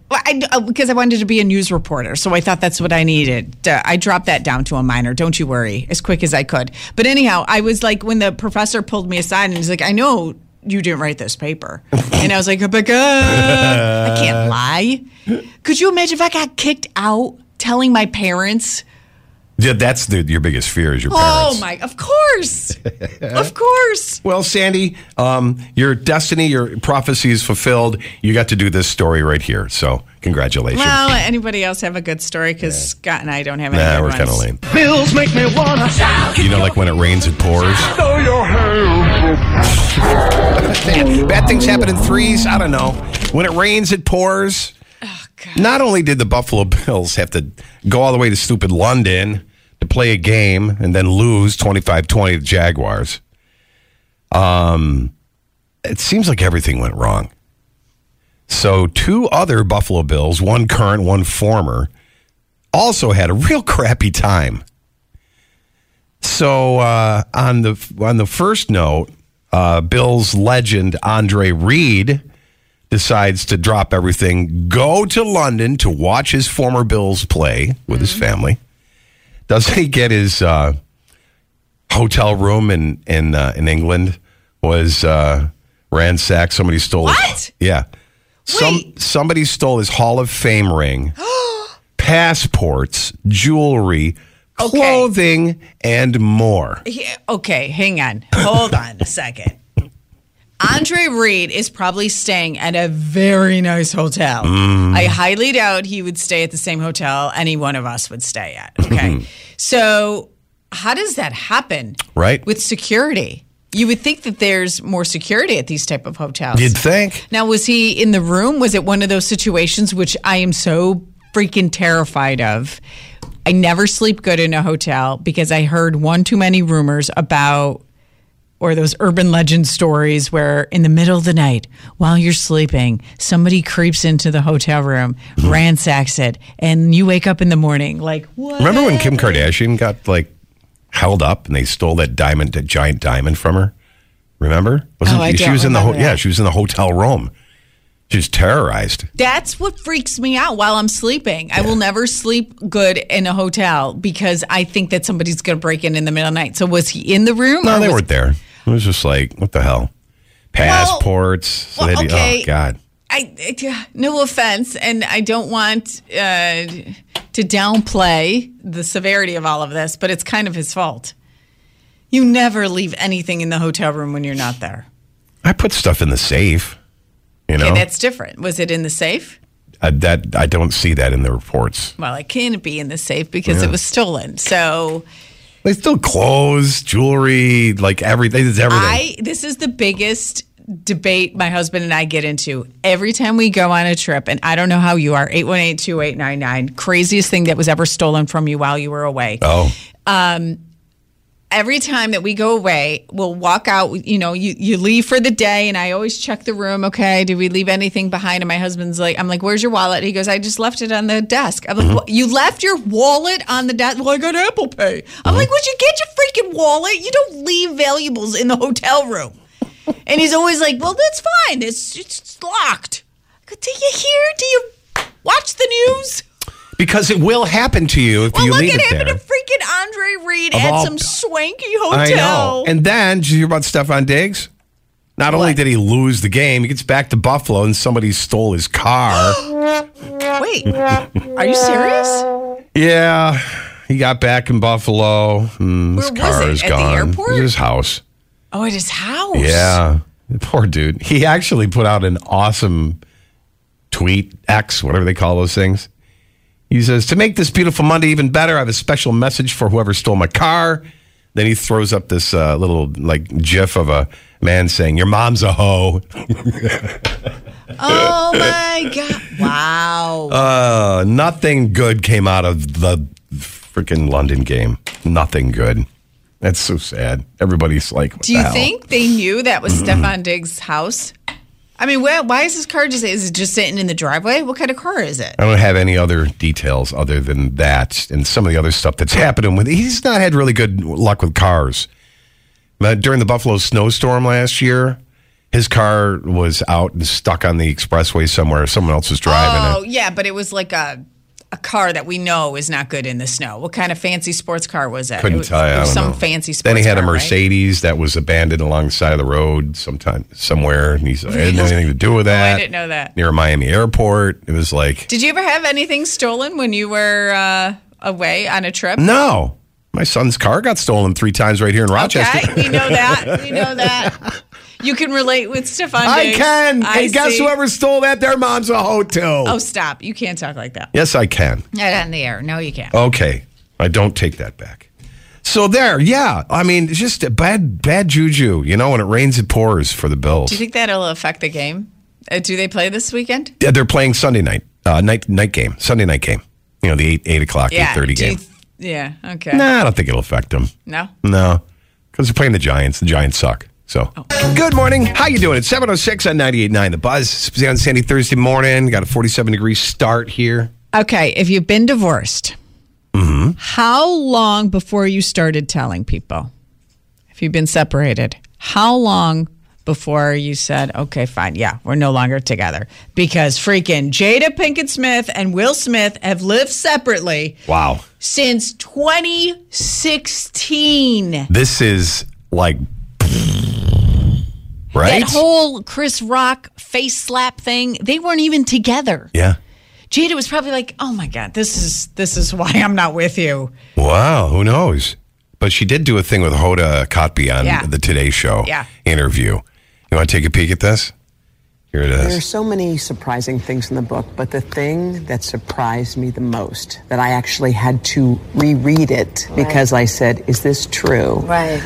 [SPEAKER 3] Well, I, uh, because I wanted to be a news reporter, so I thought that's what I needed. Uh, I dropped that down to a minor. Don't you worry, as quick as I could. But anyhow, I was like, when the professor pulled me aside and he's like, "I know you didn't write this paper," and I was like, "But God, I
[SPEAKER 2] Uh,
[SPEAKER 3] can't lie." Could you imagine if I got kicked out, telling my parents?
[SPEAKER 2] Yeah, that's the, your biggest fear is your
[SPEAKER 3] Oh
[SPEAKER 2] parents.
[SPEAKER 3] my! Of course, of course.
[SPEAKER 2] Well, Sandy, um, your destiny, your prophecy is fulfilled. You got to do this story right here, so congratulations.
[SPEAKER 3] Well, anybody else have a good story? Because Scott and I don't have any.
[SPEAKER 2] nah,
[SPEAKER 3] good
[SPEAKER 2] we're
[SPEAKER 3] ones.
[SPEAKER 2] kind of lame.
[SPEAKER 6] Bills make me wanna
[SPEAKER 2] You know, like when it rains, it pours. bad, bad things happen in threes. I don't know. When it rains, it pours. Not only did the Buffalo Bills have to go all the way to stupid London to play a game and then lose 25 20 to Jaguars, um, it seems like everything went wrong. So, two other Buffalo Bills, one current, one former, also had a real crappy time. So uh, on the on the first note, uh, Bills legend Andre Reed decides to drop everything, go to London to watch his former Bills play with his family. Doesn't he get his uh, hotel room in in uh, in England was uh, ransacked? Somebody stole. his-
[SPEAKER 3] What?
[SPEAKER 2] yeah. Some
[SPEAKER 3] Wait.
[SPEAKER 2] somebody stole his Hall of Fame ring. passports, jewelry,
[SPEAKER 3] Okay.
[SPEAKER 2] clothing, and more.
[SPEAKER 3] He- okay, hang on. Hold on a second. Andre Reed is probably staying at a very nice hotel.
[SPEAKER 2] Mm.
[SPEAKER 3] I highly doubt he would stay at the same hotel any one of us would stay at. Okay.
[SPEAKER 2] Mm-hmm.
[SPEAKER 3] so, how does that happen?
[SPEAKER 2] Right.
[SPEAKER 3] With security. You would think that there's more security at these type of hotels.
[SPEAKER 2] You'd think.
[SPEAKER 3] Now, was he in the room? Was it one of those situations which I am so freaking terrified of? I never sleep good in a hotel because I heard one too many rumors about or those urban legend stories where in the middle of the night while you're sleeping somebody creeps into the hotel room
[SPEAKER 2] Mm-hmm.
[SPEAKER 3] ransacks it and you wake up in the morning like what
[SPEAKER 2] Remember when Kim Kardashian got like held up and they stole that diamond, that giant diamond from her? Remember? Wasn't
[SPEAKER 3] Oh, I
[SPEAKER 2] she
[SPEAKER 3] don't
[SPEAKER 2] was in the ho-
[SPEAKER 3] remember
[SPEAKER 2] yeah,
[SPEAKER 3] that.
[SPEAKER 2] she was in the hotel room. She was terrorized.
[SPEAKER 3] That's what freaks me out while I'm sleeping. I will never sleep good in a hotel because I think that somebody's going to break in in the middle of the night. So was he in the room?
[SPEAKER 2] No,
[SPEAKER 3] or
[SPEAKER 2] they
[SPEAKER 3] was-
[SPEAKER 2] weren't there. It was just like, what the hell? Passports.
[SPEAKER 3] well,
[SPEAKER 2] they had to-
[SPEAKER 3] okay.
[SPEAKER 2] Oh God.
[SPEAKER 3] I, I- no offense, and I don't want uh, to downplay the severity of all of this, but it's kind of his fault. You never leave anything in the hotel room when you're not there.
[SPEAKER 2] I put stuff in the safe. You know
[SPEAKER 3] Okay, that's different. Was it in the safe?
[SPEAKER 2] I, that I don't see that in the reports.
[SPEAKER 3] Well, it can't be in the safe because it was stolen. So
[SPEAKER 2] They still clothes, jewelry, like everything. It's everything.
[SPEAKER 3] I this is the biggest debate my husband and I get into every time we go on a trip and I don't know how you are 8182899 craziest thing that was ever stolen from you while you were away. Um,
[SPEAKER 2] oh,
[SPEAKER 3] Every time that we go away, we'll walk out, you know, you you leave for the day and I always check the room, okay, did we leave anything behind? And my husband's like I'm like, "Where's your wallet?" He goes, "I just left it on the desk." I'm like,
[SPEAKER 2] Mm-hmm.
[SPEAKER 3] "What? "You left your wallet on the desk?" Well, I got Apple Pay.
[SPEAKER 2] Mm-hmm.
[SPEAKER 3] I'm like, "Would you get your freaking wallet? You don't leave valuables in the hotel room." And he's always like, "Well, that's fine. It's it's locked." I go, Do you hear? Do you watch the news?
[SPEAKER 2] because it will happen to you if
[SPEAKER 3] Well,
[SPEAKER 2] you
[SPEAKER 3] look,
[SPEAKER 2] leave
[SPEAKER 3] it
[SPEAKER 2] it
[SPEAKER 3] happened
[SPEAKER 2] there.
[SPEAKER 3] to freaking Andre Reed
[SPEAKER 2] Of
[SPEAKER 3] at
[SPEAKER 2] all-
[SPEAKER 3] some swanky
[SPEAKER 2] I
[SPEAKER 3] hotel.
[SPEAKER 2] know. And then did you hear about Stefan Diggs? Not only
[SPEAKER 3] What?
[SPEAKER 2] did he lose the game, he gets back to Buffalo and somebody stole his car.
[SPEAKER 3] Wait, are you serious?
[SPEAKER 2] yeah, he got back in Buffalo. Mm, his
[SPEAKER 3] Where was
[SPEAKER 2] car
[SPEAKER 3] it?
[SPEAKER 2] is
[SPEAKER 3] At the
[SPEAKER 2] gone.
[SPEAKER 3] airport?
[SPEAKER 2] It was his house.
[SPEAKER 3] Oh, at his house.
[SPEAKER 2] Yeah. Poor dude. He actually put out an awesome tweet, X, whatever they call those things. He says, To make this beautiful Monday even better, I have a special message for whoever stole my car. Then he throws up this uh, little like gif of a man saying, Your mom's a hoe.
[SPEAKER 3] Oh my god! Wow.
[SPEAKER 2] Uh, nothing good came out of the freaking London game. Nothing good. That's so sad. Everybody's like, what
[SPEAKER 3] Do
[SPEAKER 2] the
[SPEAKER 3] you
[SPEAKER 2] hell? Mm-hmm.
[SPEAKER 3] think they knew that was Stefan Diggs' house? I mean, why, why is his car just? Is it just sitting in the driveway? What kind of car is it?
[SPEAKER 2] I don't have any other details other than that and some of the other stuff that's happening with he's not had really good luck with cars. But during the Buffalo snowstorm last year, his car was out and stuck on the expressway somewhere. Someone else was driving
[SPEAKER 3] Oh
[SPEAKER 2] it.
[SPEAKER 3] yeah, but it was like a a car that we know is not good in the snow. What kind of fancy sports car was that?
[SPEAKER 2] Couldn't
[SPEAKER 3] it was,
[SPEAKER 2] tell you.
[SPEAKER 3] it
[SPEAKER 2] I
[SPEAKER 3] was
[SPEAKER 2] don't
[SPEAKER 3] some
[SPEAKER 2] know.
[SPEAKER 3] fancy sports.
[SPEAKER 2] Then he had a
[SPEAKER 3] car, right?
[SPEAKER 2] Mercedes that was abandoned alongside of the road sometime somewhere, and he's like, I didn't have anything to do with that.
[SPEAKER 3] Oh, didn't know that.
[SPEAKER 2] Near Miami Airport, it was like,
[SPEAKER 3] Did you ever have anything stolen when you were uh, away on a trip?
[SPEAKER 2] no, my son's car got stolen three times right here in Rochester.
[SPEAKER 3] Okay, we know that. We know that. You can relate with Stefan.
[SPEAKER 2] I
[SPEAKER 3] Diggs.
[SPEAKER 2] can.
[SPEAKER 3] I
[SPEAKER 2] and guess
[SPEAKER 3] see.
[SPEAKER 2] whoever stole that? Their mom's a hoe too.
[SPEAKER 3] Oh, stop! You can't talk like that.
[SPEAKER 2] Yes, I can.
[SPEAKER 3] Not on the air. No, you can't.
[SPEAKER 2] Okay. I don't take that back. So there, yeah. I mean, it's just a bad, bad juju. You know, when it rains, it pours for the Bills.
[SPEAKER 3] Do you think that'll affect the game? Uh, do they play this weekend?
[SPEAKER 2] Yeah, They're playing Sunday night, uh, night, night game, Sunday night game. You know, the eight, eight o'clock, eight thirty
[SPEAKER 3] do you
[SPEAKER 2] game.
[SPEAKER 3] th- yeah. Okay.
[SPEAKER 2] nah, I don't think it'll affect them.
[SPEAKER 3] No.
[SPEAKER 2] No, because they're playing the Giants. The Giants suck. So,
[SPEAKER 3] Oh.
[SPEAKER 2] good morning. How you doing? It's seven oh six on 98.9 The Buzz. It's on Sandy Thursday morning. Got a forty seven degree start here. Mm-hmm.
[SPEAKER 3] Okay, if you've been divorced, how long before you started telling people? If you've been separated, how long before you said, okay, fine, yeah, we're no longer together? Because freaking Jada Pinkett Smith and Will Smith have lived separately
[SPEAKER 2] Wow,
[SPEAKER 3] since 2016.
[SPEAKER 2] this is like right.
[SPEAKER 3] That whole Chris Rock face slap thing, they weren't even together.
[SPEAKER 2] yeah.
[SPEAKER 3] Jada was probably like, "Oh my god, this is this is why I'm not with you."
[SPEAKER 2] Wow, who knows? But she did do a thing with Hoda Kotb on
[SPEAKER 3] Yeah.
[SPEAKER 2] the Today Show
[SPEAKER 3] Yeah.
[SPEAKER 2] interview. You want to take a peek at this? Here it
[SPEAKER 7] There are
[SPEAKER 2] is.
[SPEAKER 7] so many surprising things in the book, but the thing that surprised me the most, that I actually had to reread it because I said, Is this true?
[SPEAKER 8] Right.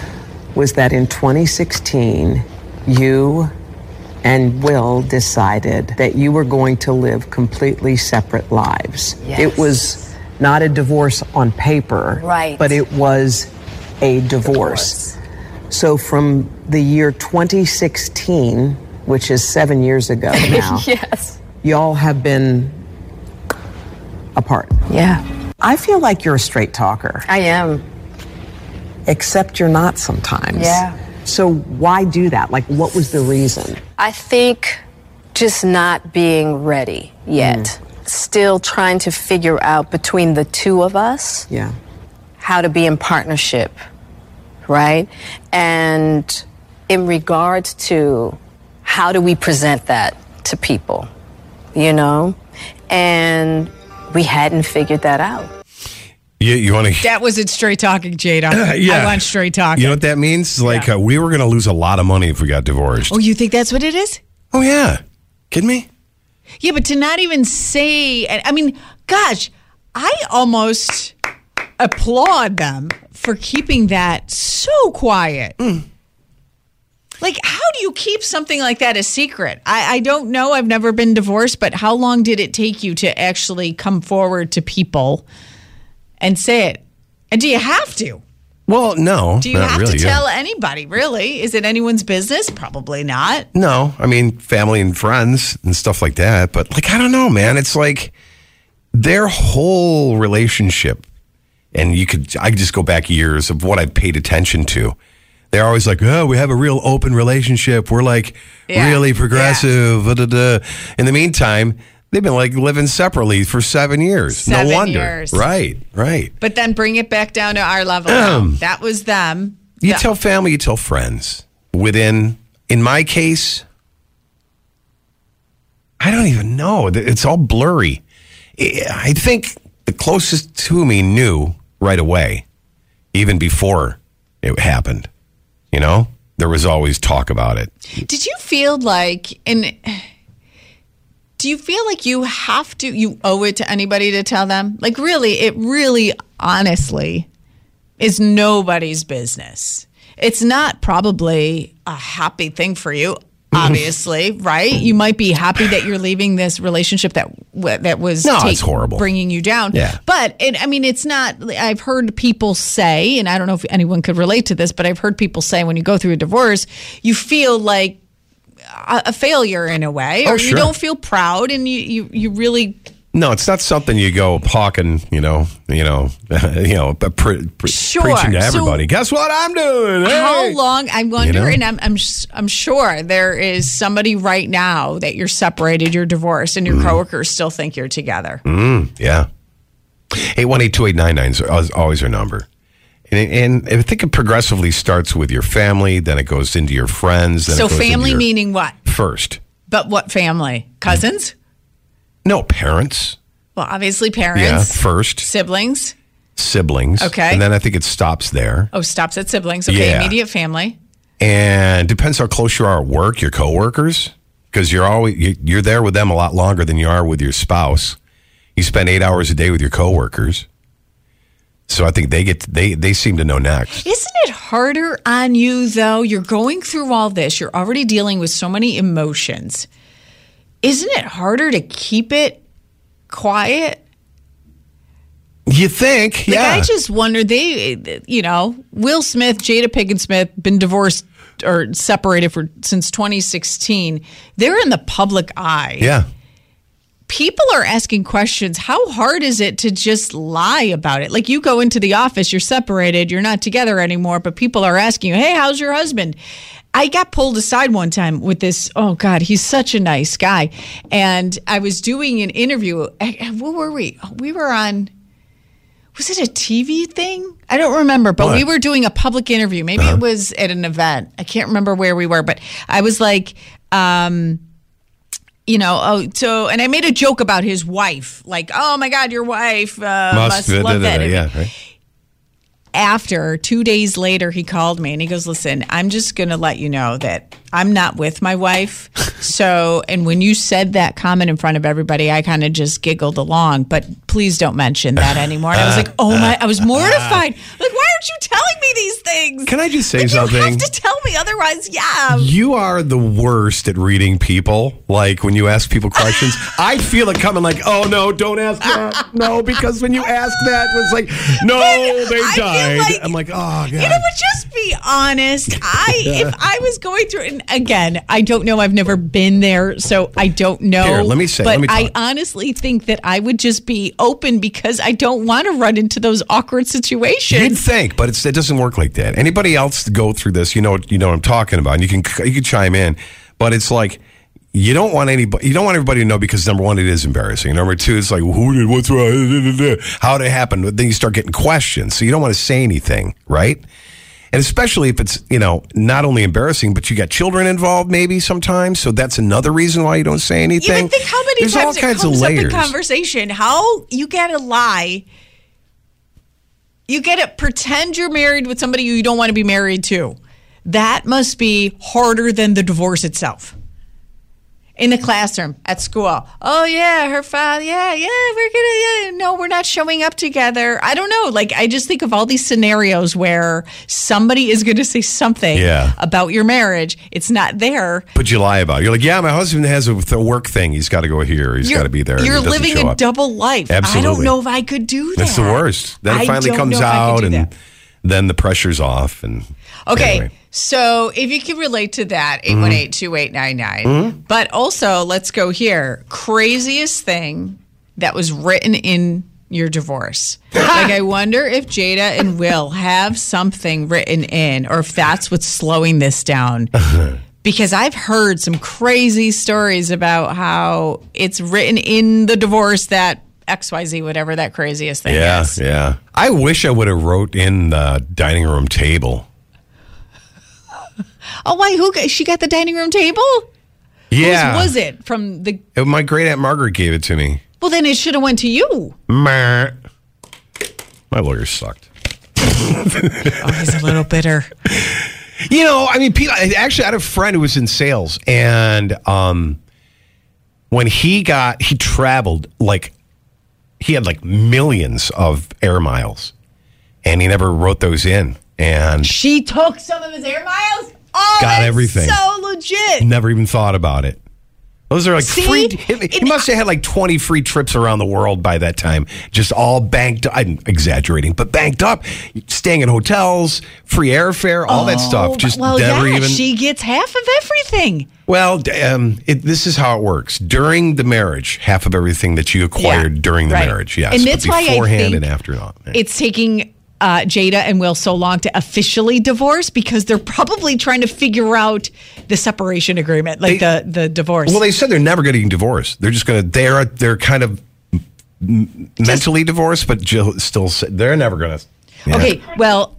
[SPEAKER 7] Was that in 2016, you and Will decided that you were going to live completely separate lives.
[SPEAKER 8] Yes.
[SPEAKER 7] It was not a divorce on paper,
[SPEAKER 8] Right.
[SPEAKER 7] but it was a divorce. So from the year 2016, which is seven years ago now,
[SPEAKER 8] Yes.
[SPEAKER 7] y'all have been apart.
[SPEAKER 8] Yeah.
[SPEAKER 7] I feel like you're a straight talker,
[SPEAKER 8] I am.
[SPEAKER 7] except you're not sometimes.
[SPEAKER 8] Yeah.
[SPEAKER 7] So why do that? Like, what was the reason?
[SPEAKER 8] I think just not being ready yet.
[SPEAKER 7] Mm,
[SPEAKER 2] Mm.
[SPEAKER 8] Still trying to figure out between the two of us
[SPEAKER 7] Yeah.
[SPEAKER 8] how to be in partnership, right? And in regards to how do we present that to people, you know? And we hadn't figured that out.
[SPEAKER 2] You, you want to
[SPEAKER 3] That was it. Straight talking, Jada. I want straight talking.
[SPEAKER 2] You know what that means? Like uh, we were going to lose a lot of money if we got divorced.
[SPEAKER 3] oh, you think that's what it is?
[SPEAKER 2] Oh yeah, kidding me?
[SPEAKER 3] Yeah, but to not even say, I I mean, gosh, I almost applaud them for keeping that so quiet.
[SPEAKER 2] Hmm.
[SPEAKER 3] Like, how do you keep something like that a secret? I, I don't know. I've never been divorced, but how long did it take you to actually come forward to people and say it? And do you have to?
[SPEAKER 2] Well, no.
[SPEAKER 3] Do you
[SPEAKER 2] not
[SPEAKER 3] have
[SPEAKER 2] really,
[SPEAKER 3] to
[SPEAKER 2] yeah.
[SPEAKER 3] tell anybody, really? Is it anyone's business? Probably not.
[SPEAKER 2] No, I mean family and friends and stuff like that. But like, I don't know, man. It's like their whole relationship, and you could I could just go back years of what I paid attention to. They're always like, oh, we have a real open relationship. We're like
[SPEAKER 3] Yeah.
[SPEAKER 2] really progressive. da, da, da." In the meantime, they've been like living separately for seven years.
[SPEAKER 3] Seven
[SPEAKER 2] no wonder,
[SPEAKER 3] years.
[SPEAKER 2] right? Right.
[SPEAKER 3] But then bring it back down to our level. that was them.
[SPEAKER 2] You
[SPEAKER 3] Yeah.
[SPEAKER 2] tell family, you tell friends. Within, in my case, I don't even know. Th- It's all blurry. I I think the closest to me knew right away, even before it happened. You know, there was always talk about it.
[SPEAKER 3] Did you feel like and do you feel like you have to you owe it to anybody to tell them? Like really, it really honestly is nobody's business. It's not probably a happy thing for you, obviously, right? You might be happy that you're leaving this relationship that w- that was
[SPEAKER 2] No, it's horrible.
[SPEAKER 3] bringing you down.
[SPEAKER 2] Yeah.
[SPEAKER 3] But it, I mean, it's not. I've heard people say, and I don't know if anyone could relate to this, but I've heard people say when you go through a divorce, you feel like a, a failure in a way,
[SPEAKER 2] Oh,
[SPEAKER 3] or you
[SPEAKER 2] sure.
[SPEAKER 3] don't feel proud, and you you, you really
[SPEAKER 2] No, it's not something you go hawking. You know, you know, you know, pre- pre-
[SPEAKER 3] Sure.
[SPEAKER 2] preaching to
[SPEAKER 3] So-
[SPEAKER 2] everybody. Guess what I'm doing?
[SPEAKER 3] How
[SPEAKER 2] Hey!
[SPEAKER 3] long? I wonder,
[SPEAKER 2] know?
[SPEAKER 3] and I'm, I'm s- I'm sure there is somebody right now that you're separated, you're divorced, and your
[SPEAKER 2] Mm-hmm.
[SPEAKER 3] coworkers still think you're together.
[SPEAKER 2] Mm, Yeah. 818-2899 is al- always our number. And, and I think it progressively starts with your family, then it goes into your friends. Then it
[SPEAKER 3] So
[SPEAKER 2] goes into
[SPEAKER 3] family
[SPEAKER 2] your-
[SPEAKER 3] meaning what?
[SPEAKER 2] First.
[SPEAKER 3] But what family? Cousins?
[SPEAKER 2] No, parents.
[SPEAKER 3] Well, obviously
[SPEAKER 2] Yeah,
[SPEAKER 3] parents,
[SPEAKER 2] first.
[SPEAKER 3] siblings.
[SPEAKER 2] Siblings.
[SPEAKER 3] Okay.
[SPEAKER 2] And then I think it stops there.
[SPEAKER 3] Oh, stops at siblings. Okay,
[SPEAKER 2] Yeah.
[SPEAKER 3] immediate family.
[SPEAKER 2] And depends how close you are at work, your coworkers, because you're always you- you're there with them a lot longer than you are with your spouse. You spend eight hours a day with your coworkers, so I think they get they they seem to know next.
[SPEAKER 3] Isn't it harder on you though? You're going through all this. You're already dealing with so many emotions. Isn't it harder to keep it quiet?
[SPEAKER 2] You think?
[SPEAKER 3] Like,
[SPEAKER 2] yeah.
[SPEAKER 3] I just wonder they, you know, Will Smith, Jada Pinkett Smith, been divorced or separated for since 2016. They're in the public eye.
[SPEAKER 2] yeah.
[SPEAKER 3] People are asking questions. How hard is it to just lie about it? Like you go into the office, you're separated, you're not together anymore, but people are asking you, "Hey, how's your husband?" I got pulled aside one time with this. Oh God, he's such a nice guy, and I was doing an interview. eh, eh, What were we? We were on was it a TV thing? I don't remember, but we were doing a public interview. Maybe it was at an event. I can't remember where we were, but I was like, um, you know, oh, so, and I made a joke about his wife, like, oh my God, your wife uh, must,
[SPEAKER 2] da-
[SPEAKER 3] love
[SPEAKER 2] da- da-
[SPEAKER 3] that.
[SPEAKER 2] da, Yeah, right?
[SPEAKER 3] After two days later, he called me and he goes, listen, I'm just going to let you know that I'm not with my wife. So, and when you said that comment in front of everybody, I kind of just giggled along, but please don't mention that anymore. And I was like, oh my, I was mortified. Like, why aren't you telling me these things?
[SPEAKER 2] Can I just say
[SPEAKER 3] Like, You
[SPEAKER 2] something?
[SPEAKER 3] have to tell me otherwise, yeah.
[SPEAKER 2] You are the worst at reading people. Like when you ask people questions, I feel it coming like, oh no, don't ask that. No, because when you ask that, it was like, no,
[SPEAKER 3] When
[SPEAKER 2] they
[SPEAKER 3] I feel
[SPEAKER 2] died.
[SPEAKER 3] like-
[SPEAKER 2] I'm like, oh, God.
[SPEAKER 3] And it would just be honest. I if I was going through and again, I don't know, I've never been there, so I don't know.
[SPEAKER 2] Here, let me say-
[SPEAKER 3] But
[SPEAKER 2] let me
[SPEAKER 3] I
[SPEAKER 2] talk.
[SPEAKER 3] honestly think that I would just be open because I don't want to run into those awkward
[SPEAKER 2] You'd
[SPEAKER 3] situations.
[SPEAKER 2] think, but it's, it doesn't work like that. Anybody else go through this, you know, you know what I'm talking about. And you can you can chime in, but it's like you don't want anybody, you don't want everybody to know because number one, it is embarrassing. Number two, it's like who did what's wrong? How would it happen? But then you start getting questions, so you don't want to say anything, right? And especially if it's you know not only embarrassing, but you got children involved maybe sometimes, so that's another reason why you don't say anything.
[SPEAKER 3] Even think how many
[SPEAKER 2] There's
[SPEAKER 3] times
[SPEAKER 2] all kinds
[SPEAKER 3] it comes
[SPEAKER 2] of
[SPEAKER 3] up in
[SPEAKER 2] layers.
[SPEAKER 3] conversation. How you gotta lie. You gotta pretend you're married with somebody you don't want to be married to. That must be harder than the divorce itself. in the classroom at school. Oh yeah, her father. Yeah, yeah, we're gonna. Yeah, no, we're not showing up together. I don't know. Like I just think of all these scenarios where somebody is going to say something
[SPEAKER 2] Yeah.
[SPEAKER 3] about your marriage. It's not there.
[SPEAKER 2] but you lie about. it. You're like, yeah, my husband has a, a work thing. He's got to go here. He's
[SPEAKER 3] You're-
[SPEAKER 2] got to be there. and he
[SPEAKER 3] You're
[SPEAKER 2] doesn't
[SPEAKER 3] living
[SPEAKER 2] show
[SPEAKER 3] a
[SPEAKER 2] up.
[SPEAKER 3] double life. I don't
[SPEAKER 2] Absolutely.
[SPEAKER 3] know if I could do that.
[SPEAKER 2] That's the worst. Then
[SPEAKER 3] I
[SPEAKER 2] it finally
[SPEAKER 3] don't
[SPEAKER 2] comes
[SPEAKER 3] know if I could
[SPEAKER 2] out,
[SPEAKER 3] do
[SPEAKER 2] and
[SPEAKER 3] that.
[SPEAKER 2] then the pressure's off. And
[SPEAKER 3] Okay.
[SPEAKER 2] anyway.
[SPEAKER 3] So if you can relate to
[SPEAKER 2] Mm-hmm.
[SPEAKER 3] that, 818 2899. But also, let's go here. Craziest thing that was written in your divorce. like, I wonder if Jada and Will have something written in or if that's what's slowing this down. Because I've heard some crazy stories about how it's written in the divorce that XYZ, whatever that craziest thing
[SPEAKER 2] yeah,
[SPEAKER 3] is.
[SPEAKER 2] yeah. I wish I would have wrote in the dining room table.
[SPEAKER 3] Oh, why? Who? got- She got the dining room table?
[SPEAKER 2] Yeah,
[SPEAKER 3] Whose was it from the
[SPEAKER 2] it? My great aunt Margaret gave it to me.
[SPEAKER 3] Well, then it should have went to you.
[SPEAKER 2] Meh. My lawyer sucked.
[SPEAKER 3] Oh, he's a little bitter.
[SPEAKER 2] You know, I mean, people. I Actually, I had a friend who was in sales, and um, when he got, he traveled like he had like millions of air miles, and he never wrote those in, and
[SPEAKER 3] She took some of his air miles. Oh,
[SPEAKER 2] Got
[SPEAKER 3] that's
[SPEAKER 2] everything.
[SPEAKER 3] So legit.
[SPEAKER 2] never even thought about it. Those are like
[SPEAKER 3] See?
[SPEAKER 2] free. He, he
[SPEAKER 3] And
[SPEAKER 2] must have had like twenty free trips around the world by that time, just all banked. I'm exaggerating, but banked up, staying in hotels, free airfare, all that stuff. Just
[SPEAKER 3] Oh, well,
[SPEAKER 2] never
[SPEAKER 3] yeah,
[SPEAKER 2] even.
[SPEAKER 3] she gets half of everything.
[SPEAKER 2] Well, d- um, it, this is how it works. During the marriage, half of everything that you acquired
[SPEAKER 3] Yeah,
[SPEAKER 2] during the
[SPEAKER 3] right.
[SPEAKER 2] marriage, yes,
[SPEAKER 3] And
[SPEAKER 2] but
[SPEAKER 3] that's why I
[SPEAKER 2] beforehand
[SPEAKER 3] think
[SPEAKER 2] and after not.
[SPEAKER 3] It's taking uh, Jada and Will so long to officially divorce because they're probably trying to figure out the separation agreement, like
[SPEAKER 2] They-
[SPEAKER 3] the the divorce.
[SPEAKER 2] well, they said they're never getting divorced. They're just gonna they're they're kind of m- mentally divorced, but Jill still s- they're never gonna. yeah.
[SPEAKER 3] Okay, well,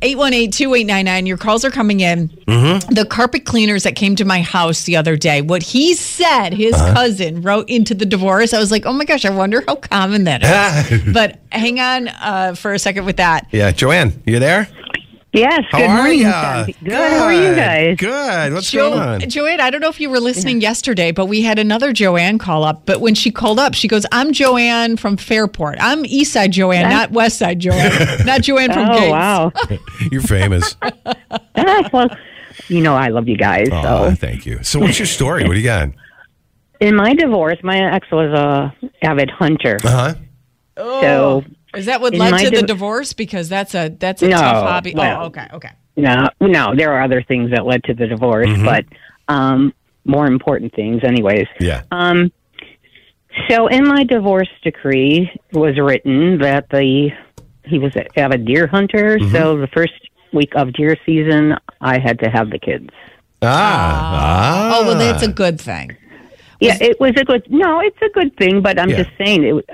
[SPEAKER 3] 818-2899, your calls are coming in.
[SPEAKER 2] Mm-hmm.
[SPEAKER 3] The carpet cleaners that came to my house the other day, what he said his
[SPEAKER 2] Uh-huh.
[SPEAKER 3] cousin wrote into the divorce, I was like, oh my gosh, I wonder how common that is. but hang on uh, for a second with that.
[SPEAKER 2] Yeah, Joanne, you there?
[SPEAKER 9] Yes.
[SPEAKER 2] How
[SPEAKER 9] good
[SPEAKER 2] are
[SPEAKER 9] morning.
[SPEAKER 2] you?
[SPEAKER 9] Sandy. Good. How are you guys?
[SPEAKER 2] Good. What's
[SPEAKER 3] Jo-
[SPEAKER 2] going on?
[SPEAKER 3] Joanne, I don't know if you were listening yesterday, but we had another Joanne call up. But when she called up, she goes, I'm Joanne from Fairport. I'm East Side Joanne, not West Side Joanne, not Joanne from
[SPEAKER 9] Oh
[SPEAKER 3] Gates.
[SPEAKER 9] wow.
[SPEAKER 2] You're famous.
[SPEAKER 9] Ah, well, you know I love you guys.
[SPEAKER 2] oh,
[SPEAKER 9] So
[SPEAKER 2] thank you. So, what's your story? What do you got?
[SPEAKER 9] in my divorce, my ex was a avid hunter.
[SPEAKER 2] Uh huh.
[SPEAKER 9] So
[SPEAKER 3] Oh, Is that what
[SPEAKER 9] In
[SPEAKER 3] led
[SPEAKER 9] my
[SPEAKER 3] to the
[SPEAKER 9] div-
[SPEAKER 3] divorce? Because that's a that's a
[SPEAKER 9] No,
[SPEAKER 3] tough hobby.
[SPEAKER 9] well,
[SPEAKER 3] oh, okay, okay.
[SPEAKER 9] no, no, there are other things that led to the divorce,
[SPEAKER 2] Mm-hmm.
[SPEAKER 9] but um, more important things, anyways.
[SPEAKER 2] Yeah.
[SPEAKER 9] Um, so in my divorce decree was written that the he was an avid deer hunter.
[SPEAKER 2] Mm-hmm.
[SPEAKER 9] So the first week of deer season, I had to have the kids.
[SPEAKER 2] ah.
[SPEAKER 3] Oh, well, that's a good thing.
[SPEAKER 9] Yeah, it was a good. No, it's a good thing, but I'm
[SPEAKER 2] Yeah.
[SPEAKER 9] just saying it.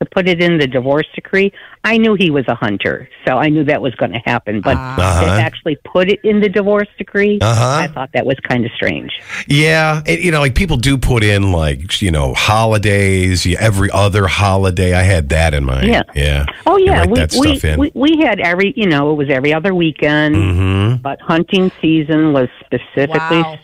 [SPEAKER 9] to put it in the divorce decree, I knew he was a hunter, so I knew that was going to happen. But
[SPEAKER 2] Uh-huh.
[SPEAKER 9] to actually put it in the divorce decree,
[SPEAKER 2] Uh-huh.
[SPEAKER 9] I thought that was kind of strange.
[SPEAKER 2] Yeah, it, you know, like people do put in like you know holidays, you- every other holiday. I had that in mind.
[SPEAKER 9] Yeah.
[SPEAKER 2] yeah.
[SPEAKER 9] Oh
[SPEAKER 2] You
[SPEAKER 9] yeah,
[SPEAKER 2] write
[SPEAKER 9] we
[SPEAKER 2] that
[SPEAKER 9] we,
[SPEAKER 2] stuff in.
[SPEAKER 9] we we had every you know it was every other weekend,
[SPEAKER 2] Mm-hmm.
[SPEAKER 9] but hunting season was specifically
[SPEAKER 3] Wow.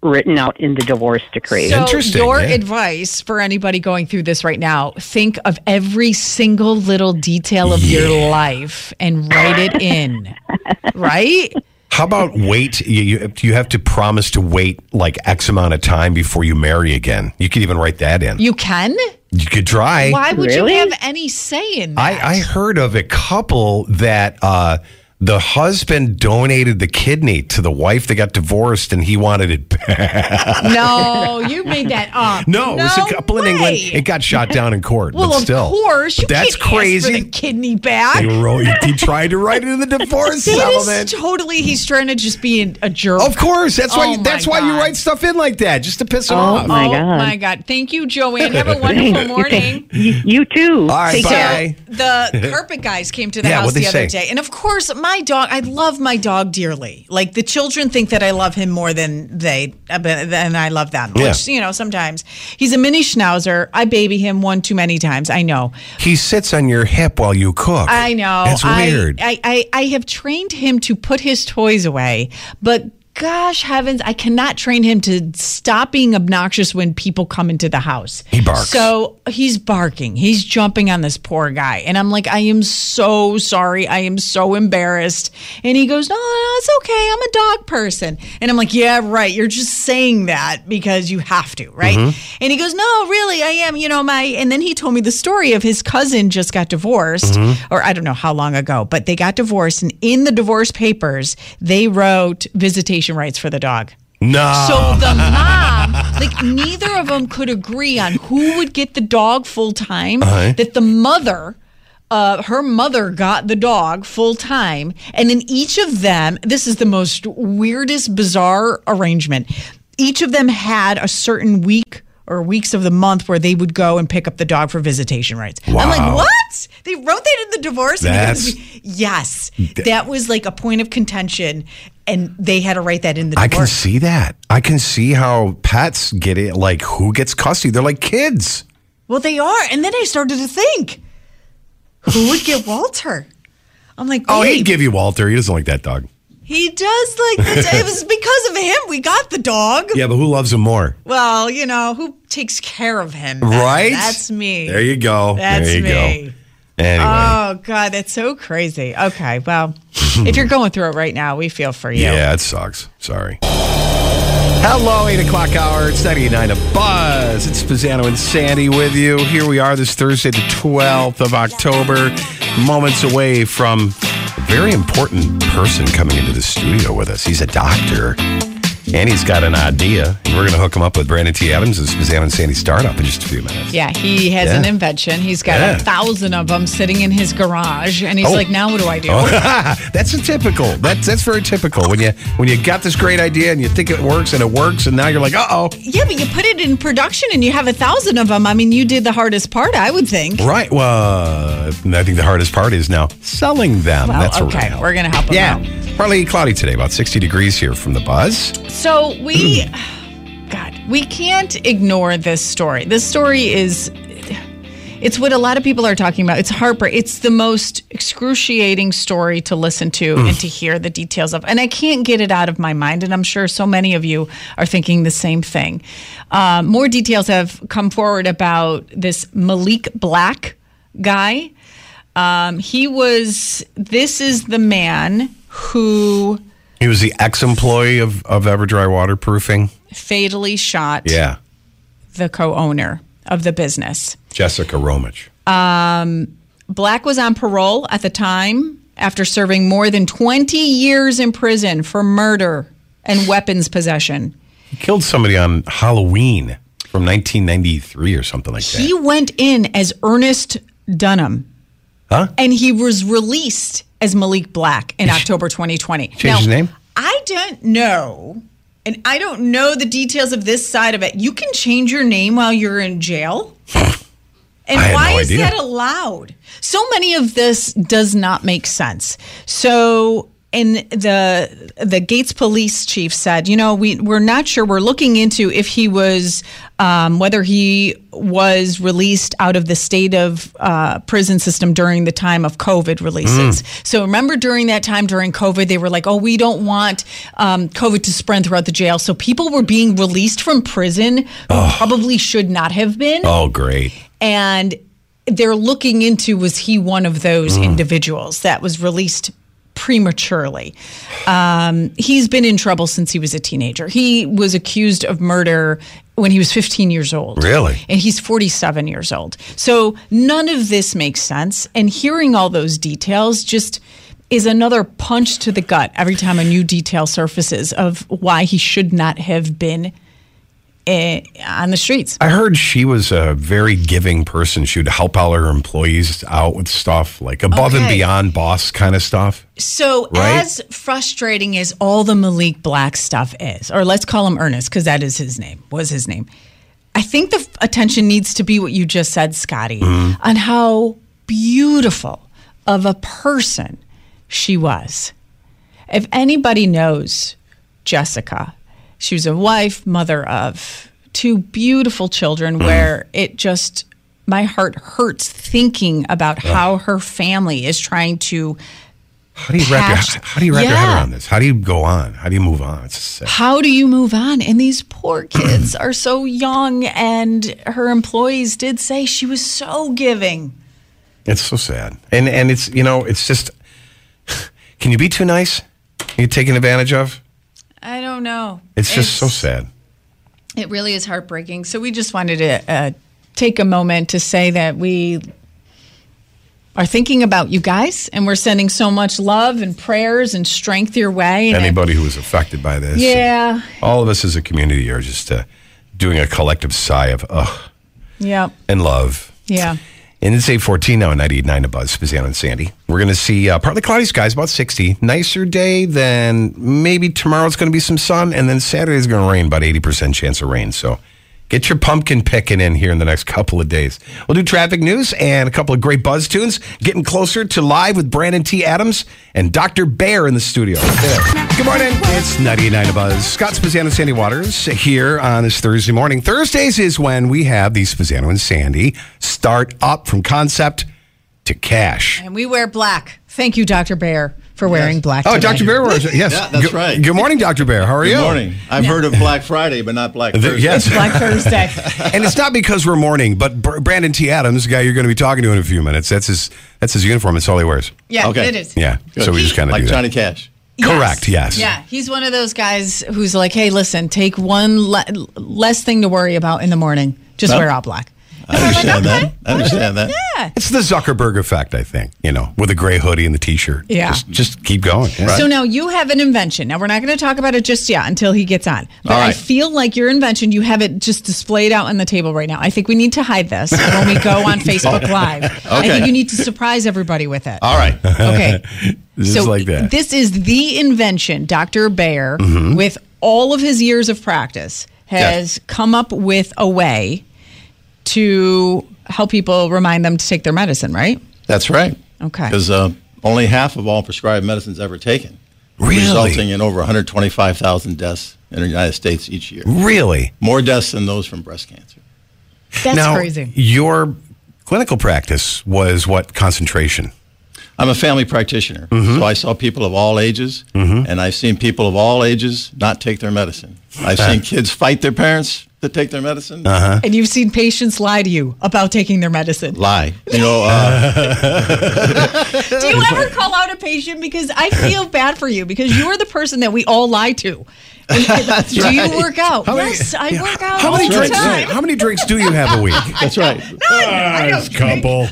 [SPEAKER 9] written out in the divorce decree.
[SPEAKER 3] So
[SPEAKER 2] Interesting,
[SPEAKER 3] your
[SPEAKER 2] yeah.
[SPEAKER 3] advice for anybody going through this right now, think of every single little detail of your life and write it in. right?
[SPEAKER 2] How about wait? You, you you have to promise to wait like X amount of time before you marry again. You could even write that in. You,
[SPEAKER 3] You can?
[SPEAKER 2] could try.
[SPEAKER 3] Why would
[SPEAKER 9] Really?
[SPEAKER 3] you have any say in that?
[SPEAKER 2] I, I heard of a couple that uh, the husband donated the kidney to the wife. They got divorced, and he wanted it back.
[SPEAKER 3] no, you made that up.
[SPEAKER 2] No, it was a couple in England.
[SPEAKER 3] way.
[SPEAKER 2] It got shot down in court.
[SPEAKER 3] well,
[SPEAKER 2] but still,
[SPEAKER 3] of course,
[SPEAKER 2] But
[SPEAKER 3] you
[SPEAKER 2] that's
[SPEAKER 3] can't
[SPEAKER 2] crazy.
[SPEAKER 3] Ask for the kidney back.
[SPEAKER 2] They wrote. He tried to write it in the divorce
[SPEAKER 3] That is
[SPEAKER 2] settlement.
[SPEAKER 3] totally. He's trying to just be an- a jerk.
[SPEAKER 2] Of course, that's why.
[SPEAKER 3] Oh
[SPEAKER 2] you- that's
[SPEAKER 3] my
[SPEAKER 2] why you
[SPEAKER 3] God.
[SPEAKER 2] write stuff in like that, just to piss him off.
[SPEAKER 9] my
[SPEAKER 3] oh
[SPEAKER 9] God.
[SPEAKER 3] my god! Thank you, Joanne. Have a wonderful morning.
[SPEAKER 9] you, you too.
[SPEAKER 2] All right,
[SPEAKER 9] Take
[SPEAKER 2] bye.
[SPEAKER 9] care.
[SPEAKER 3] So the carpet guys came to the
[SPEAKER 2] Yeah,
[SPEAKER 3] house
[SPEAKER 2] what'd
[SPEAKER 3] the
[SPEAKER 2] they
[SPEAKER 3] other
[SPEAKER 2] say?
[SPEAKER 3] day, and of course, my dog. I love my dog dearly. Like the children think that I love him more than they, uh, but- than I love them.
[SPEAKER 2] Yeah.
[SPEAKER 3] Which you know, sometimes he's a mini schnauzer. I baby him one too many times. I know.
[SPEAKER 2] He sits on your hip while you cook.
[SPEAKER 3] I know.
[SPEAKER 2] That's
[SPEAKER 3] I-
[SPEAKER 2] weird.
[SPEAKER 3] I, I, I have trained him to put his toys away, but gosh heavens, I cannot train him to stop being obnoxious when people come into the house.
[SPEAKER 2] He barks.
[SPEAKER 3] So he's barking. He's jumping on this poor guy. And I'm like, I am so sorry. I am so embarrassed. And he goes, No, no, no, it's okay. I'm a dog person. And I'm like, Yeah, right. You're just saying that because you have to, right?
[SPEAKER 2] Mm-hmm.
[SPEAKER 3] And he goes, No, really, I am. You know, my. And then he told me the story of his cousin just got divorced,
[SPEAKER 2] Mm-hmm.
[SPEAKER 3] or I don't know how long ago, but they got divorced. And in the divorce papers, they wrote visitation rights for the dog.
[SPEAKER 2] no.
[SPEAKER 3] So the mom, like neither of them could agree on who would get the dog full time.
[SPEAKER 2] Uh-huh.
[SPEAKER 3] That the mother, uh, her mother got the dog full time, and then each of them, this is the most weirdest, bizarre arrangement. Each of them had a certain week or weeks of the month where they would go and pick up the dog for visitation rights. I'm
[SPEAKER 2] Wow.
[SPEAKER 3] like, what? They wrote that in the divorce. And he goes,
[SPEAKER 2] That's-
[SPEAKER 3] yes, that was like a point of contention, and they had to write that in the
[SPEAKER 2] I
[SPEAKER 3] divorce.
[SPEAKER 2] can see that. I can see how pets get it. Like who gets custody? They're like kids.
[SPEAKER 3] Well, they are. And then I started to think, who would get Walter? I'm like,
[SPEAKER 2] Oh,
[SPEAKER 3] babe,
[SPEAKER 2] he'd give you Walter. He doesn't like that dog.
[SPEAKER 3] he does like the it was because of him we got the dog.
[SPEAKER 2] Yeah, but who loves him more?
[SPEAKER 3] Well, you know who takes care of him,
[SPEAKER 2] Right?
[SPEAKER 3] That's me.
[SPEAKER 2] There you go.
[SPEAKER 3] That's
[SPEAKER 2] there you
[SPEAKER 3] me.
[SPEAKER 2] go. Anyway.
[SPEAKER 3] Oh God, that's so crazy. Okay, well, if you're going through it right now, we feel for you.
[SPEAKER 2] Yeah, it sucks. Sorry. Hello, 8 o'clock hour. It's 99 of Buzz. It's Pisano and Sandy with you. Here we are this Thursday, the 12th of October, moments away from a very important person coming into the studio with us. He's a doctor, and he's got an idea. And we're going to hook him up with Brandon T. Adams as Pisano and Sandy startup in just a few minutes.
[SPEAKER 3] Yeah, he has
[SPEAKER 2] Yeah.
[SPEAKER 3] an invention. He's got
[SPEAKER 2] Yeah.
[SPEAKER 3] a thousand of them sitting in his garage, and he's
[SPEAKER 2] Oh.
[SPEAKER 3] like, "Now what do I do?"
[SPEAKER 2] that's a typical. That's that's very typical when you when you got this great idea and you think it works and it works and now you're like, uh oh,
[SPEAKER 3] Yeah, but you put it in production, and you have a thousand of them. I mean, you did the hardest part, I would think.
[SPEAKER 2] Right. Well, uh, I think the hardest part is now selling them.
[SPEAKER 3] Well,
[SPEAKER 2] Um, That's what
[SPEAKER 3] okay,
[SPEAKER 2] help.
[SPEAKER 3] we're gonna help 'em
[SPEAKER 2] yeah. Partly cloudy today, about 60 degrees here from the buzz.
[SPEAKER 3] So we, God, we can't ignore this story. This story is, it's what a lot of people are talking about. It's heartbreak. It's the most excruciating story to listen to and to hear the details of. And I can't get it out of my mind. And I'm sure so many of you are thinking the same thing. Um, more details have come forward about this Malik Black guy. Um, he was, this is the man who
[SPEAKER 2] He was the ex employee of, of Everdry Waterproofing.
[SPEAKER 3] fatally shot
[SPEAKER 2] Yeah.
[SPEAKER 3] the co-owner of the business. Um,
[SPEAKER 2] Jessica Romich.
[SPEAKER 3] Black was on parole at the time after serving more than 20 years in prison for murder and weapons possession.
[SPEAKER 2] He killed somebody on Halloween from 1993 or something like that.
[SPEAKER 3] He went in as Ernest Dunham.
[SPEAKER 2] Huh?
[SPEAKER 3] And he was released as Malik Black in October 2020.
[SPEAKER 2] Change his name?
[SPEAKER 3] I don't know. And I don't know the details of this side of it. You can change your name while you're in jail. And
[SPEAKER 2] I had
[SPEAKER 3] why
[SPEAKER 2] no
[SPEAKER 3] is
[SPEAKER 2] idea.
[SPEAKER 3] that allowed? So many of this does not make sense. So and the the Gates police chief said, you know, we we're not sure. We're looking into if he was um, whether he was released out of the state of uh, prison system during the time of COVID
[SPEAKER 2] Hmm.
[SPEAKER 3] releases. So remember during that time during COVID, they were like, oh, we don't want um, COVID to spread throughout the jail. So people were being released from prison who probably should not have been
[SPEAKER 2] Oh, great.
[SPEAKER 3] and they're looking into was he one of those individuals that was released prematurely um, he's been in trouble since he was a teenager he was accused of murder when he was 15 years old
[SPEAKER 2] Really?
[SPEAKER 3] and he's 47 years old so none of this makes sense and hearing all those details just is another punch to the gut every time a new detail surfaces of why he should not have been eh, on the streets
[SPEAKER 2] I heard she was a very giving person. She would help all her employees out with stuff like above and
[SPEAKER 3] Okay.
[SPEAKER 2] beyond boss kind of stuff.
[SPEAKER 3] So
[SPEAKER 2] Right?
[SPEAKER 3] as frustrating as all the Malik Black stuff is, or let's call him Ernest because that is his name, was his name. I think the f- attention needs to be what you just said, Scotty, on how beautiful of a person she was. If anybody knows Jessica, she was a wife, mother of two beautiful children, where it just, my heart hurts thinking about how her family is trying to
[SPEAKER 2] How do you wrap your
[SPEAKER 3] Patched-
[SPEAKER 2] how do you wrap your head
[SPEAKER 3] Yeah.
[SPEAKER 2] around this? How do you go on? How do you move on? It's sick.
[SPEAKER 3] how do you move on? And these poor kids are so young. And her employees did say she was so giving.
[SPEAKER 2] It's so sad. And and it's you know, it's just can you be too nice? Are you taken advantage of?
[SPEAKER 3] I don't know.
[SPEAKER 2] It's just so sad.
[SPEAKER 3] It really is heartbreaking. So we just wanted to uh, take a moment to say that we are thinking about you guys, and we're sending so much love and prayers and strength your way. And
[SPEAKER 2] Anybody who was affected by this.
[SPEAKER 3] Yeah.
[SPEAKER 2] All of us as a community are just uh, doing a collective sigh of ugh
[SPEAKER 3] Yeah.
[SPEAKER 2] and love.
[SPEAKER 3] Yeah.
[SPEAKER 2] And it's 814 now, 98.9 to Buzz, Fazano and Sandy. We're going to see uh, partly cloudy skies, about 60. Nicer day than maybe tomorrow's going to be some sun, and then Saturday's going to rain, about 80% chance of rain. So get your pumpkin picking in here in the next couple of days. We'll do traffic news and a couple of great Buzz tunes. Getting closer to live with Brandon T. Adams and Dr. Bear in the studio. Good morning. It's 99 to Buzz. Scott Spazano and Sandy Waters here on this Thursday morning. Thursdays is when we have the Spazano and Sandy start up from concept to cash.
[SPEAKER 3] And we wear black. Thank you, Dr. Bear, for wearing black.
[SPEAKER 2] Oh,
[SPEAKER 3] today.
[SPEAKER 2] Dr. Bear, was- yes.
[SPEAKER 10] Yeah, that's
[SPEAKER 2] Good-
[SPEAKER 10] right.
[SPEAKER 2] Good morning, Dr. Bear. How are you?
[SPEAKER 10] Good morning. I've heard of Black Friday, but not Black
[SPEAKER 2] Th-
[SPEAKER 10] Thursday.
[SPEAKER 2] yes.
[SPEAKER 3] Black Thursday.
[SPEAKER 2] and it's not because we're mourning, but Br- Brandon T. Adams, the guy you're going to be talking to in a few minutes, that's his that's his uniform. It's all he wears.
[SPEAKER 3] Yeah,
[SPEAKER 10] Okay.
[SPEAKER 3] it is.
[SPEAKER 2] Yeah. So we just kind of
[SPEAKER 10] like
[SPEAKER 2] do that.
[SPEAKER 10] Johnny Cash.
[SPEAKER 2] Correct, yes.
[SPEAKER 3] Yeah, he's one of those guys who's like, hey, listen, take one le- less thing to worry about in the morning. Just
[SPEAKER 10] Huh?
[SPEAKER 3] wear all black.
[SPEAKER 10] I understand that. I understand that.
[SPEAKER 3] Yeah.
[SPEAKER 2] It's the Zuckerberg effect, I think. You know, with a gray hoodie and the T-shirt.
[SPEAKER 3] Yeah.
[SPEAKER 2] Just, just keep going. Yeah.
[SPEAKER 3] So now you have an invention. Now we're not going to talk about it just yet until he gets on. But
[SPEAKER 10] All
[SPEAKER 3] I
[SPEAKER 10] right.
[SPEAKER 3] feel like your invention, you have it just displayed out on the table right now. I think we need to hide this when we go on Facebook Live. I
[SPEAKER 10] Okay.
[SPEAKER 3] think you need to surprise everybody with it.
[SPEAKER 10] All right.
[SPEAKER 3] Okay.
[SPEAKER 2] Just like that. Mm-hmm.
[SPEAKER 3] This is the invention Dr. Bayer, with all of his years of practice, has come up with a way to help people remind them to take their medicine, right?
[SPEAKER 10] That's right.
[SPEAKER 3] Okay.
[SPEAKER 10] Because uh, only half of all prescribed medicines ever taken,
[SPEAKER 2] Really?
[SPEAKER 10] resulting in over 125,000 deaths in the United States each year.
[SPEAKER 2] really,
[SPEAKER 10] More deaths than those from breast cancer.
[SPEAKER 3] That's
[SPEAKER 2] now
[SPEAKER 3] crazy.
[SPEAKER 2] your clinical practice was what concentration? Mm-hmm.
[SPEAKER 10] I'm a family practitioner, so I saw people of all ages, and I've seen people of all ages not take their medicine. I've seen kids fight their parents to take their medicine.
[SPEAKER 2] Uh-huh.
[SPEAKER 3] And you've seen patients lie to you about taking their medicine.
[SPEAKER 10] Lie. You know, uh,
[SPEAKER 3] Do you ever call out a patient? Because I feel bad for you because you're the person that we all lie to. And- Do you work out? yes, I work out.
[SPEAKER 2] How
[SPEAKER 3] all
[SPEAKER 2] many
[SPEAKER 3] the
[SPEAKER 2] drinks?
[SPEAKER 3] time.
[SPEAKER 2] How many drinks do you have a week?
[SPEAKER 10] that's right.
[SPEAKER 2] Nice couple.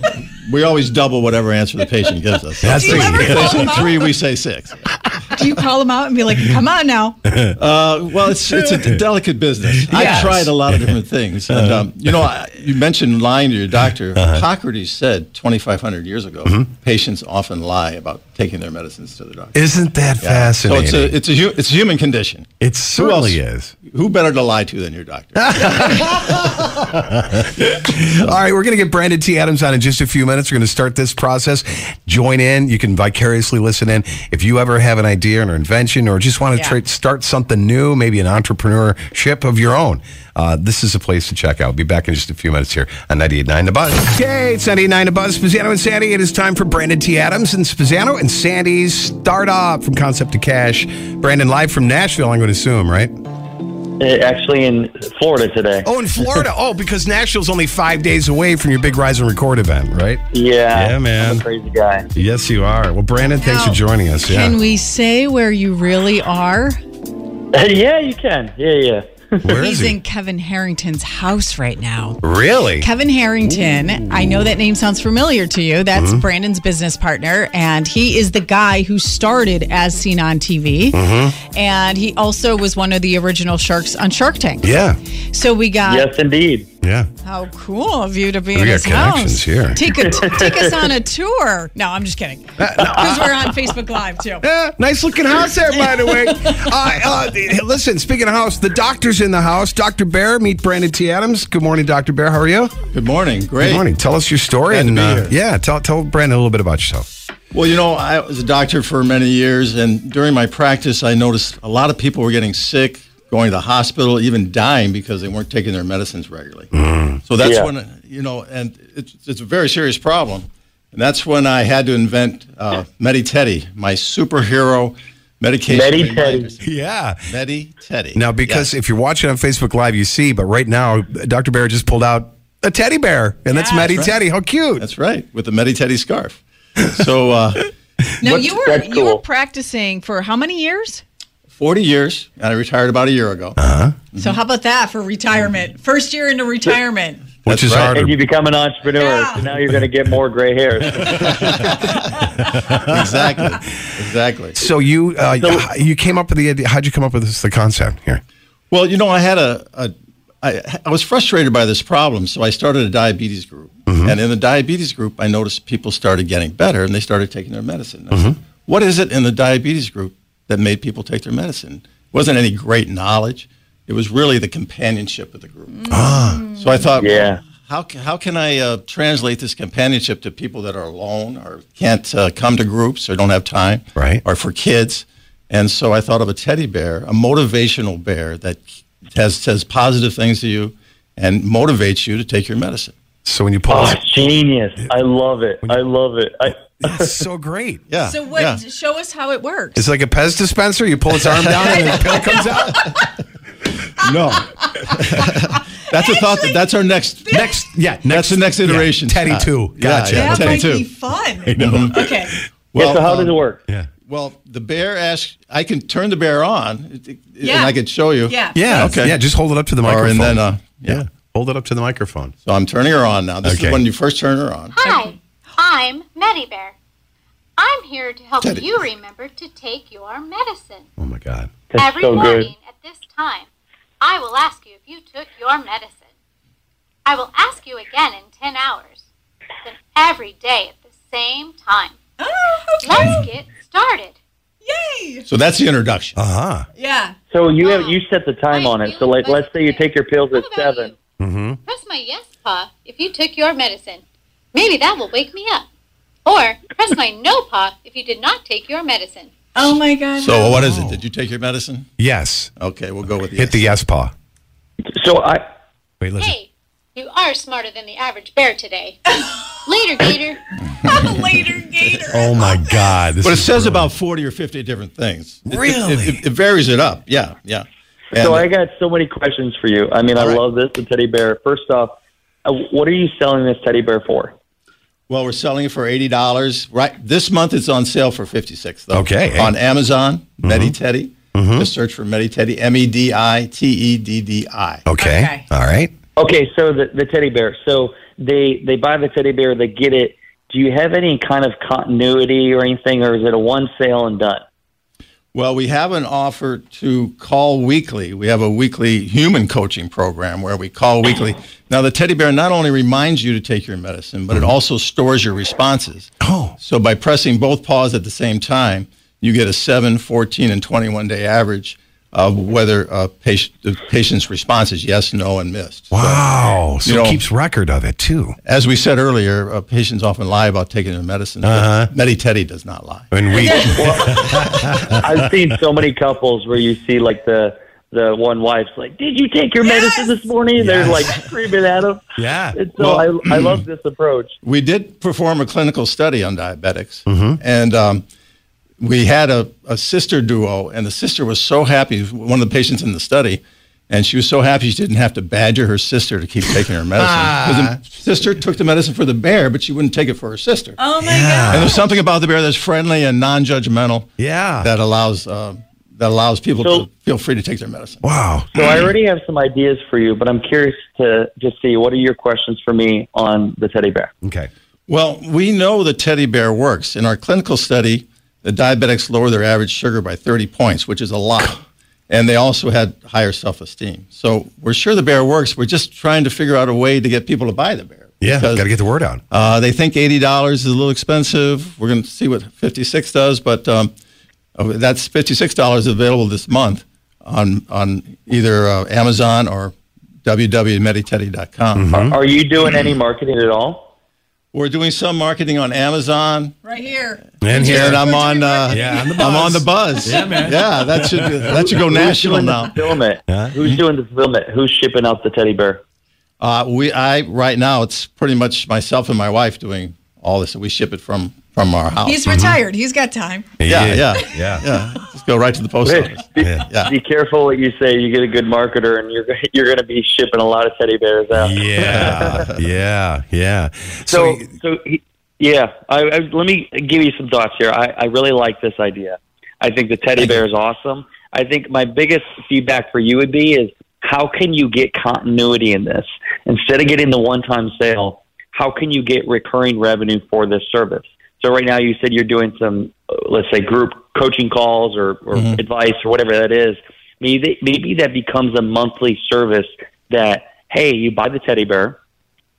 [SPEAKER 10] We always double whatever answer the patient gives us.
[SPEAKER 2] That's
[SPEAKER 10] If
[SPEAKER 3] Do you
[SPEAKER 2] pretty
[SPEAKER 3] ever
[SPEAKER 2] good.
[SPEAKER 10] they
[SPEAKER 3] call
[SPEAKER 10] say
[SPEAKER 3] them out?
[SPEAKER 10] three, we say six.
[SPEAKER 3] Do you call them out and be like, come on now?
[SPEAKER 10] Uh, well, it's it's a delicate business.
[SPEAKER 3] Yes.
[SPEAKER 10] I've tried a lot of different things, and um, you know, I, you mentioned Uh-huh. Mm-hmm. lying to your doctor. Hippocrates said 2,500 years ago, patients often lie about taking their medicines to the doctor.
[SPEAKER 2] Isn't that
[SPEAKER 10] Yeah.
[SPEAKER 2] fascinating?
[SPEAKER 10] So it's a it's a hu- it's a human condition.
[SPEAKER 2] It certainly
[SPEAKER 10] else- Who better to lie to than your doctor?
[SPEAKER 2] All right, we're going to get Brandon T. Adams on in just a few minutes. We're going to start this process. Join in. You can vicariously listen in. If you ever have an idea or invention or just want to
[SPEAKER 3] Yeah.
[SPEAKER 2] try start something new, maybe an entrepreneurship of your own, uh, this is a place to check out. We'll be back in just a few minutes here on 98.9 The Buzz. Okay, it's 98.9 The Buzz. Spaziano and Sandy. It is time for Brandon T. Adams and Spaziano and Sandy's Start Up from Concept to Cash. Brandon, live from Nashville, I'm going to assume, right?
[SPEAKER 11] Uh, Actually, in Florida today.
[SPEAKER 2] Oh, in Florida. oh, because Nashville's only five days away from your big Rise and Record event, right?
[SPEAKER 11] Yeah.
[SPEAKER 2] Yeah, man.
[SPEAKER 11] I'm a crazy guy.
[SPEAKER 2] Yes, you are. Well, Brandon, thanks for joining us. Yeah.
[SPEAKER 3] Can we say where you really are?
[SPEAKER 11] yeah, you can. Yeah, yeah.
[SPEAKER 2] Where is
[SPEAKER 3] He's
[SPEAKER 2] he?
[SPEAKER 3] in Kevin Harrington's house right now.
[SPEAKER 2] Really?
[SPEAKER 3] Kevin Harrington, I know that name sounds familiar to you. That's
[SPEAKER 2] Mhm.
[SPEAKER 3] Brandon's business partner, and he is the guy who started as seen on TV.
[SPEAKER 2] Mm-hmm.
[SPEAKER 3] And he also was one of the original sharks on Shark Tank.
[SPEAKER 2] Yeah.
[SPEAKER 3] So we got
[SPEAKER 11] Yes, indeed.
[SPEAKER 2] Yeah.
[SPEAKER 3] how cool of you to be
[SPEAKER 2] We
[SPEAKER 3] in
[SPEAKER 2] got
[SPEAKER 3] his
[SPEAKER 2] connections
[SPEAKER 3] house.
[SPEAKER 2] here.
[SPEAKER 3] Take, a, take us on a tour. No, I'm just kidding. Because we're on Facebook Live too.
[SPEAKER 2] Uh, Yeah, nice looking house there, by the way. uh, uh, hey, listen, speaking of house, the doctor's in the house. Dr. Bear, meet Brandon T. Adams. Good morning, Dr. Bear. How are you?
[SPEAKER 10] Good morning. Great.
[SPEAKER 2] Good morning. Tell us your story.
[SPEAKER 10] Glad to
[SPEAKER 2] and
[SPEAKER 10] be
[SPEAKER 2] uh,
[SPEAKER 10] here.
[SPEAKER 2] yeah, tell, tell Brandon a little bit about yourself.
[SPEAKER 10] Well, you know, I was a doctor for many years, and during my practice, I noticed a lot of people were getting sick, going to the hospital, even dying because they weren't taking their medicines regularly.
[SPEAKER 2] Mm-hmm.
[SPEAKER 10] So that's
[SPEAKER 11] Yeah.
[SPEAKER 10] when, you know, and it's, it's a very serious problem. And that's when I had to invent uh, MediTeddy, my superhero medication.
[SPEAKER 11] Mediteddy.
[SPEAKER 2] Yeah.
[SPEAKER 10] MediTeddy.
[SPEAKER 2] Now, because if you're watching on Facebook Live, you see, but right now, Dr. Bear just pulled out a teddy bear, and that's Maddie
[SPEAKER 10] That's right.
[SPEAKER 2] Teddy. How cute.
[SPEAKER 10] That's right, with the MediTeddy scarf. So uh,
[SPEAKER 3] No,
[SPEAKER 10] What-
[SPEAKER 3] you were
[SPEAKER 10] that's
[SPEAKER 3] you were
[SPEAKER 10] cool.
[SPEAKER 3] practicing for how many years?
[SPEAKER 10] 40 years, and I retired about a year ago. Uh-huh.
[SPEAKER 3] So
[SPEAKER 2] Mm-hmm.
[SPEAKER 3] how about that for retirement? First year into retirement.
[SPEAKER 2] Which is harder.
[SPEAKER 11] And you become an entrepreneur, so now you're going to get more gray hairs.
[SPEAKER 10] exactly. Exactly.
[SPEAKER 2] So you uh, you came up with the idea. How'd you come up with this the concept here?
[SPEAKER 10] Well, you know, I had a, a I, I was frustrated by this problem, so I started a diabetes group. And in the diabetes group, I noticed people started getting better and they started taking their medicine. I said, What is it in the diabetes group that made people take their medicine? It wasn't any great knowledge. It was really the companionship of the group. So I thought,
[SPEAKER 11] Yeah.
[SPEAKER 10] yeah. How, ca- how can I uh, translate this companionship to people that are alone or can't uh, come to groups or don't have time?
[SPEAKER 2] Right.
[SPEAKER 10] Or for kids. And so I thought of a teddy bear, a motivational bear that has, says positive things to you and motivates you to take your medicine.
[SPEAKER 2] So when you pull,
[SPEAKER 11] Oh,
[SPEAKER 2] this-
[SPEAKER 11] genius. I love it. I love it. I,
[SPEAKER 2] it's so great.
[SPEAKER 10] Yeah.
[SPEAKER 3] So what?
[SPEAKER 10] yeah.
[SPEAKER 3] Show us how it works.
[SPEAKER 2] It's like a Pez dispenser. You pull its arm down, and the pill comes out.
[SPEAKER 10] No. that's a thought. That, that's our next.
[SPEAKER 2] Next, yeah,
[SPEAKER 10] That's the next
[SPEAKER 2] yeah,
[SPEAKER 10] iteration.
[SPEAKER 2] Teddy
[SPEAKER 10] Scott.
[SPEAKER 2] two.
[SPEAKER 10] Yeah,
[SPEAKER 2] Gotcha.
[SPEAKER 10] yeah,
[SPEAKER 3] that
[SPEAKER 10] Teddy
[SPEAKER 3] might
[SPEAKER 10] two.
[SPEAKER 3] be fun. Okay.
[SPEAKER 11] yeah, so how does it work?
[SPEAKER 2] Yeah.
[SPEAKER 10] um, Well, the bear asks. I can turn the bear on,
[SPEAKER 3] Yeah.
[SPEAKER 10] and I could show you.
[SPEAKER 3] Yeah.
[SPEAKER 2] Yeah.
[SPEAKER 10] Okay.
[SPEAKER 2] Yeah. Just hold it up to the
[SPEAKER 10] Or
[SPEAKER 2] microphone.
[SPEAKER 10] and then uh,
[SPEAKER 2] yeah.
[SPEAKER 10] yeah.
[SPEAKER 2] Hold it up to the microphone.
[SPEAKER 10] So I'm turning her on now. This
[SPEAKER 2] Okay.
[SPEAKER 10] is when you first turn her on.
[SPEAKER 5] Hi, I'm Medibear. I'm here to help
[SPEAKER 10] Teddy.
[SPEAKER 5] you remember to take your medicine.
[SPEAKER 2] Oh my God.
[SPEAKER 11] That's
[SPEAKER 5] Every
[SPEAKER 11] so
[SPEAKER 5] morning
[SPEAKER 11] good.
[SPEAKER 5] at this time, I will ask you if you took your medicine. I will ask you again in 10 hours, then every day at the same time. Let's get started.
[SPEAKER 3] Yay.
[SPEAKER 10] So that's the introduction.
[SPEAKER 2] Uh huh.
[SPEAKER 3] Yeah.
[SPEAKER 11] So you have you set the time on it. So like, let's say you take your pills at seven.
[SPEAKER 2] Mm-hmm.
[SPEAKER 5] Press my yes paw if you took your medicine. Maybe that will wake me up. Or press my no paw if you did not take your medicine.
[SPEAKER 3] Oh my god.
[SPEAKER 10] So what is it? Did you take your medicine?
[SPEAKER 2] Yes.
[SPEAKER 10] Okay, we'll go with
[SPEAKER 2] Hit the yes paw.
[SPEAKER 11] So I
[SPEAKER 2] Wait, listen.
[SPEAKER 5] Hey, you are smarter than the average bear today. Later, Gator.
[SPEAKER 3] later gator.
[SPEAKER 2] Oh my God. This
[SPEAKER 10] But it
[SPEAKER 2] is
[SPEAKER 10] says
[SPEAKER 2] brutal.
[SPEAKER 10] about forty or fifty different things. It- it-
[SPEAKER 2] Really?
[SPEAKER 10] It, it varies it up. Yeah, yeah. And
[SPEAKER 11] so I got so many questions for you. I mean, I
[SPEAKER 10] All right.
[SPEAKER 11] love this the teddy bear. First off, uh, what are you selling this teddy bear for?
[SPEAKER 10] well, we're selling it for eighty dollars. Right this month, it's on sale for fifty six. Though
[SPEAKER 2] Okay, hey.
[SPEAKER 10] on Amazon,
[SPEAKER 2] Mm-hmm.
[SPEAKER 10] MediTeddy. Just search for MediTeddy. M e d i t e d d i.
[SPEAKER 2] Okay.
[SPEAKER 3] Okay.
[SPEAKER 2] All right.
[SPEAKER 11] Okay, so the, the teddy bear. So they they buy the teddy bear, they get it. Do you have any kind of continuity or anything, or is it a one sale and done?
[SPEAKER 10] Well, we have an offer to call weekly. We have a weekly human coaching program where we call weekly. Now, the teddy bear not only reminds you to take your medicine, but it
[SPEAKER 2] Mm-hmm.
[SPEAKER 10] also stores your responses. Oh. So by pressing both paws at the same time, you get a 7, 14, and 21 day average of whether a patient, the patient's response is yes, no, and missed.
[SPEAKER 2] Wow. So
[SPEAKER 10] You
[SPEAKER 2] it
[SPEAKER 10] know-
[SPEAKER 2] keeps record of it too.
[SPEAKER 10] As we said earlier, uh, patients often lie about taking their medicine.
[SPEAKER 2] Uh-huh.
[SPEAKER 10] Medi Teddy does not lie.
[SPEAKER 2] And we
[SPEAKER 11] I've seen so many couples where you see like the the one wife's like, "Did you take your medicine this morning?" And They're like screaming at him.
[SPEAKER 2] Yeah.
[SPEAKER 11] And so I I love this approach.
[SPEAKER 10] we did perform a clinical study on diabetics, and um, we had a, a sister duo, and the sister was so happy. One of the patients in the study, and she was so happy she didn't have to badger her sister to keep taking her medicine. 'Cause the sister took the medicine for the bear, but she wouldn't take it for her sister.
[SPEAKER 12] Oh my
[SPEAKER 10] And there's something about the bear that's friendly and non-judgmental. Yeah, that allows uh, that allows people to feel free to take their medicine.
[SPEAKER 2] Wow.
[SPEAKER 11] So I already have some ideas for you, but I'm curious to just see what are your questions for me on the teddy bear.
[SPEAKER 2] Okay.
[SPEAKER 10] Well, we know the teddy bear works. In our clinical study, the diabetics lower their average sugar by 30 points, which is a lot. And they also had higher self esteem. So we're sure the bear works. We're just trying to figure out a way to get people to buy the bear.
[SPEAKER 2] Yeah.
[SPEAKER 10] Because-
[SPEAKER 2] Got to get the word out.
[SPEAKER 10] Uh, they think $80 is a little expensive. We're going to see what 56 does, but um, uh, that's $56 available this month on, on either uh, Amazon or www.mediteddy.com.
[SPEAKER 11] Are, are you doing any marketing at all?
[SPEAKER 10] We're doing some marketing on Amazon.
[SPEAKER 3] Right here.
[SPEAKER 10] And
[SPEAKER 11] here.
[SPEAKER 10] I'm on. Uh,
[SPEAKER 11] Yeah, on the
[SPEAKER 10] I'm
[SPEAKER 11] buzz.
[SPEAKER 10] on the buzz.
[SPEAKER 11] Yeah, man.
[SPEAKER 10] Yeah, that should that should go
[SPEAKER 11] Who's
[SPEAKER 10] national
[SPEAKER 11] doing the
[SPEAKER 10] now.
[SPEAKER 11] fulfillment? Who's doing the fulfillment? Who's shipping out the teddy bear?
[SPEAKER 10] Uh, we I right now it's pretty much myself and my wife doing all this. We ship it from from our house.
[SPEAKER 3] He's
[SPEAKER 2] uh-huh.
[SPEAKER 3] retired. He's got time.
[SPEAKER 11] Mm-hmm.
[SPEAKER 10] Yeah, yeah,
[SPEAKER 2] yeah,
[SPEAKER 10] yeah. Just go right to the post office.
[SPEAKER 11] Be,
[SPEAKER 10] Yeah.
[SPEAKER 11] be careful what you say. You get a good marketer, and you're you're going to be shipping a lot of teddy bears out.
[SPEAKER 2] Yeah. yeah. Yeah.
[SPEAKER 11] So, so he, yeah, I, I, let me give you some thoughts here. I, I really like this idea. I think the teddy bear is awesome. I think my biggest feedback for you would be is how can you get continuity in this instead of getting the one-time sale? How can you get recurring revenue for this service? So right now you said you're doing some, uh, let's say, group coaching calls or, or advice or whatever that is. Maybe maybe that becomes a monthly service that hey, you buy the teddy bear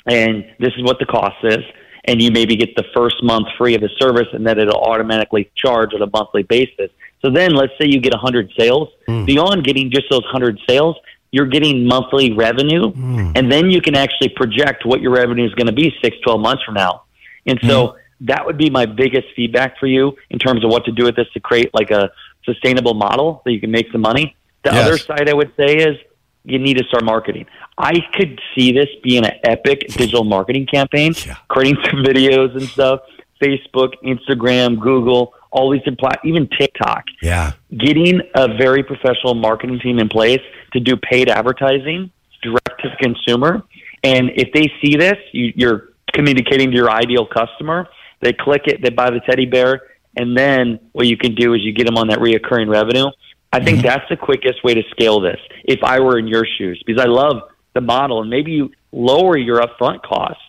[SPEAKER 11] and this is what the cost is. And you maybe get the first month free of the service, and then it'll automatically charge on a monthly basis. So then, let's say you get 100 sales. Beyond getting just those 100 sales, you're getting monthly revenue, and then you can actually project what your revenue is going to be six, 12 months from now. And so that would be my biggest feedback for you in terms of what to do with this to create like a sustainable model so you can make some money. The
[SPEAKER 13] Yes.
[SPEAKER 11] other side I would say is you need to start marketing. I could see this being an epic digital marketing campaign, creating some videos and stuff, Facebook, Instagram, Google, all these different plat- even TikTok.
[SPEAKER 2] Yeah.
[SPEAKER 11] Getting a very professional marketing team in place to do paid advertising direct to the consumer. And if they see this, you, you're communicating to your ideal customer. They click it, they buy the teddy bear, and then what you can do is you get them on that reoccurring revenue. I think that's the quickest way to scale this. If I were in your shoes, because I love the model, and maybe you lower your upfront costs,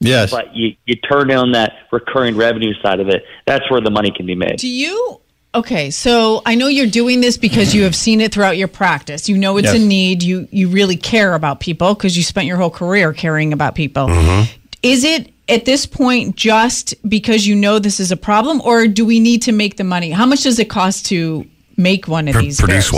[SPEAKER 10] Yes.
[SPEAKER 11] but you, you turn down that recurring revenue side of it. That's where the money can be made.
[SPEAKER 3] Do you? Okay, so I know you're doing this because you have seen it throughout your practice. You know it's
[SPEAKER 14] Yes.
[SPEAKER 3] a need. You you really care about people because you spent your whole career caring about people. Is it at this point just because you know this is a problem, or do we need to make the money? How much does it cost to make one of these? bears?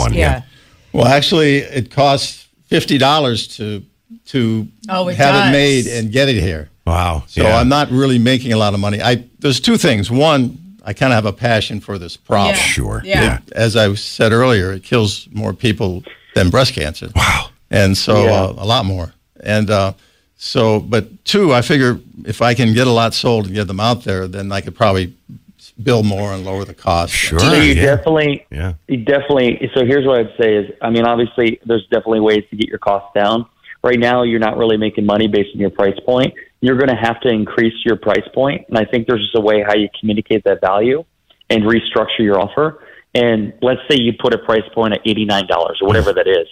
[SPEAKER 10] Well, actually, it costs fifty dollars to to
[SPEAKER 3] Oh, it
[SPEAKER 10] have
[SPEAKER 3] does.
[SPEAKER 10] it made and get it here.
[SPEAKER 2] Wow.
[SPEAKER 10] So
[SPEAKER 2] Yeah.
[SPEAKER 10] I'm not really making a lot of money. I there's two things. One, I kind of have a passion for this problem.
[SPEAKER 2] Yeah. Sure. Yeah.
[SPEAKER 10] It- as I said earlier, it kills more people than breast cancer. Wow. And so uh, a lot more. And uh, so, but two, I figure if I can get a lot sold and get them out there, then I could probably bill more and lower the cost. Sure.
[SPEAKER 11] So you definitely,
[SPEAKER 2] yeah.
[SPEAKER 11] you definitely. So here's what I'd say is, I mean, obviously, there's definitely ways to get your costs down. Right now, you're not really making money based on your price point. You're going to have to increase your price point, and I think there's just a way how you communicate that value and restructure your offer. And let's say you put a price point at eighty nine dollars or whatever that is.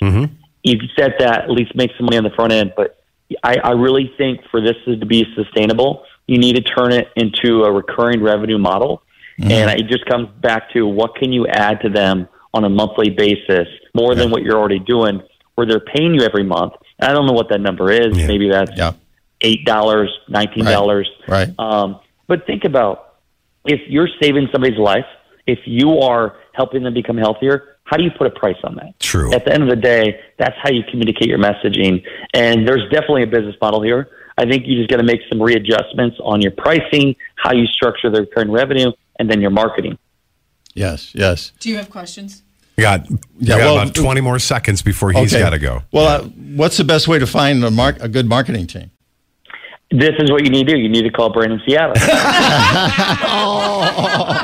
[SPEAKER 11] You can set that at least make some money on the front end, but I, I really think for this to be sustainable, you need to turn it into a recurring revenue model
[SPEAKER 10] Mm-hmm.
[SPEAKER 11] And it just comes back to what can you add to them on a monthly basis more than what you're already doing, where they're paying you every month. And I don't know what that number is. Maybe that's eight dollars, nineteen dollars.
[SPEAKER 10] Right.
[SPEAKER 11] Um, but think about if you're saving somebody's life, if you are helping them become healthier, how do you put a price on that?
[SPEAKER 2] True.
[SPEAKER 11] At the end of the day, that's how you communicate your messaging. And there's definitely a business model here. I think you just got to make some readjustments on your pricing, how you structure the recurring revenue, and then your marketing.
[SPEAKER 10] Yes, yes.
[SPEAKER 3] Do you have questions?
[SPEAKER 2] We got, we got
[SPEAKER 10] Yeah, well-
[SPEAKER 2] about 20 more seconds before he's
[SPEAKER 10] Oh. Okay.
[SPEAKER 2] got to go.
[SPEAKER 10] Well, uh, what's the best way to find a, mark, a good marketing team?
[SPEAKER 11] This is what you need to do. You need to call Brandon Seattle.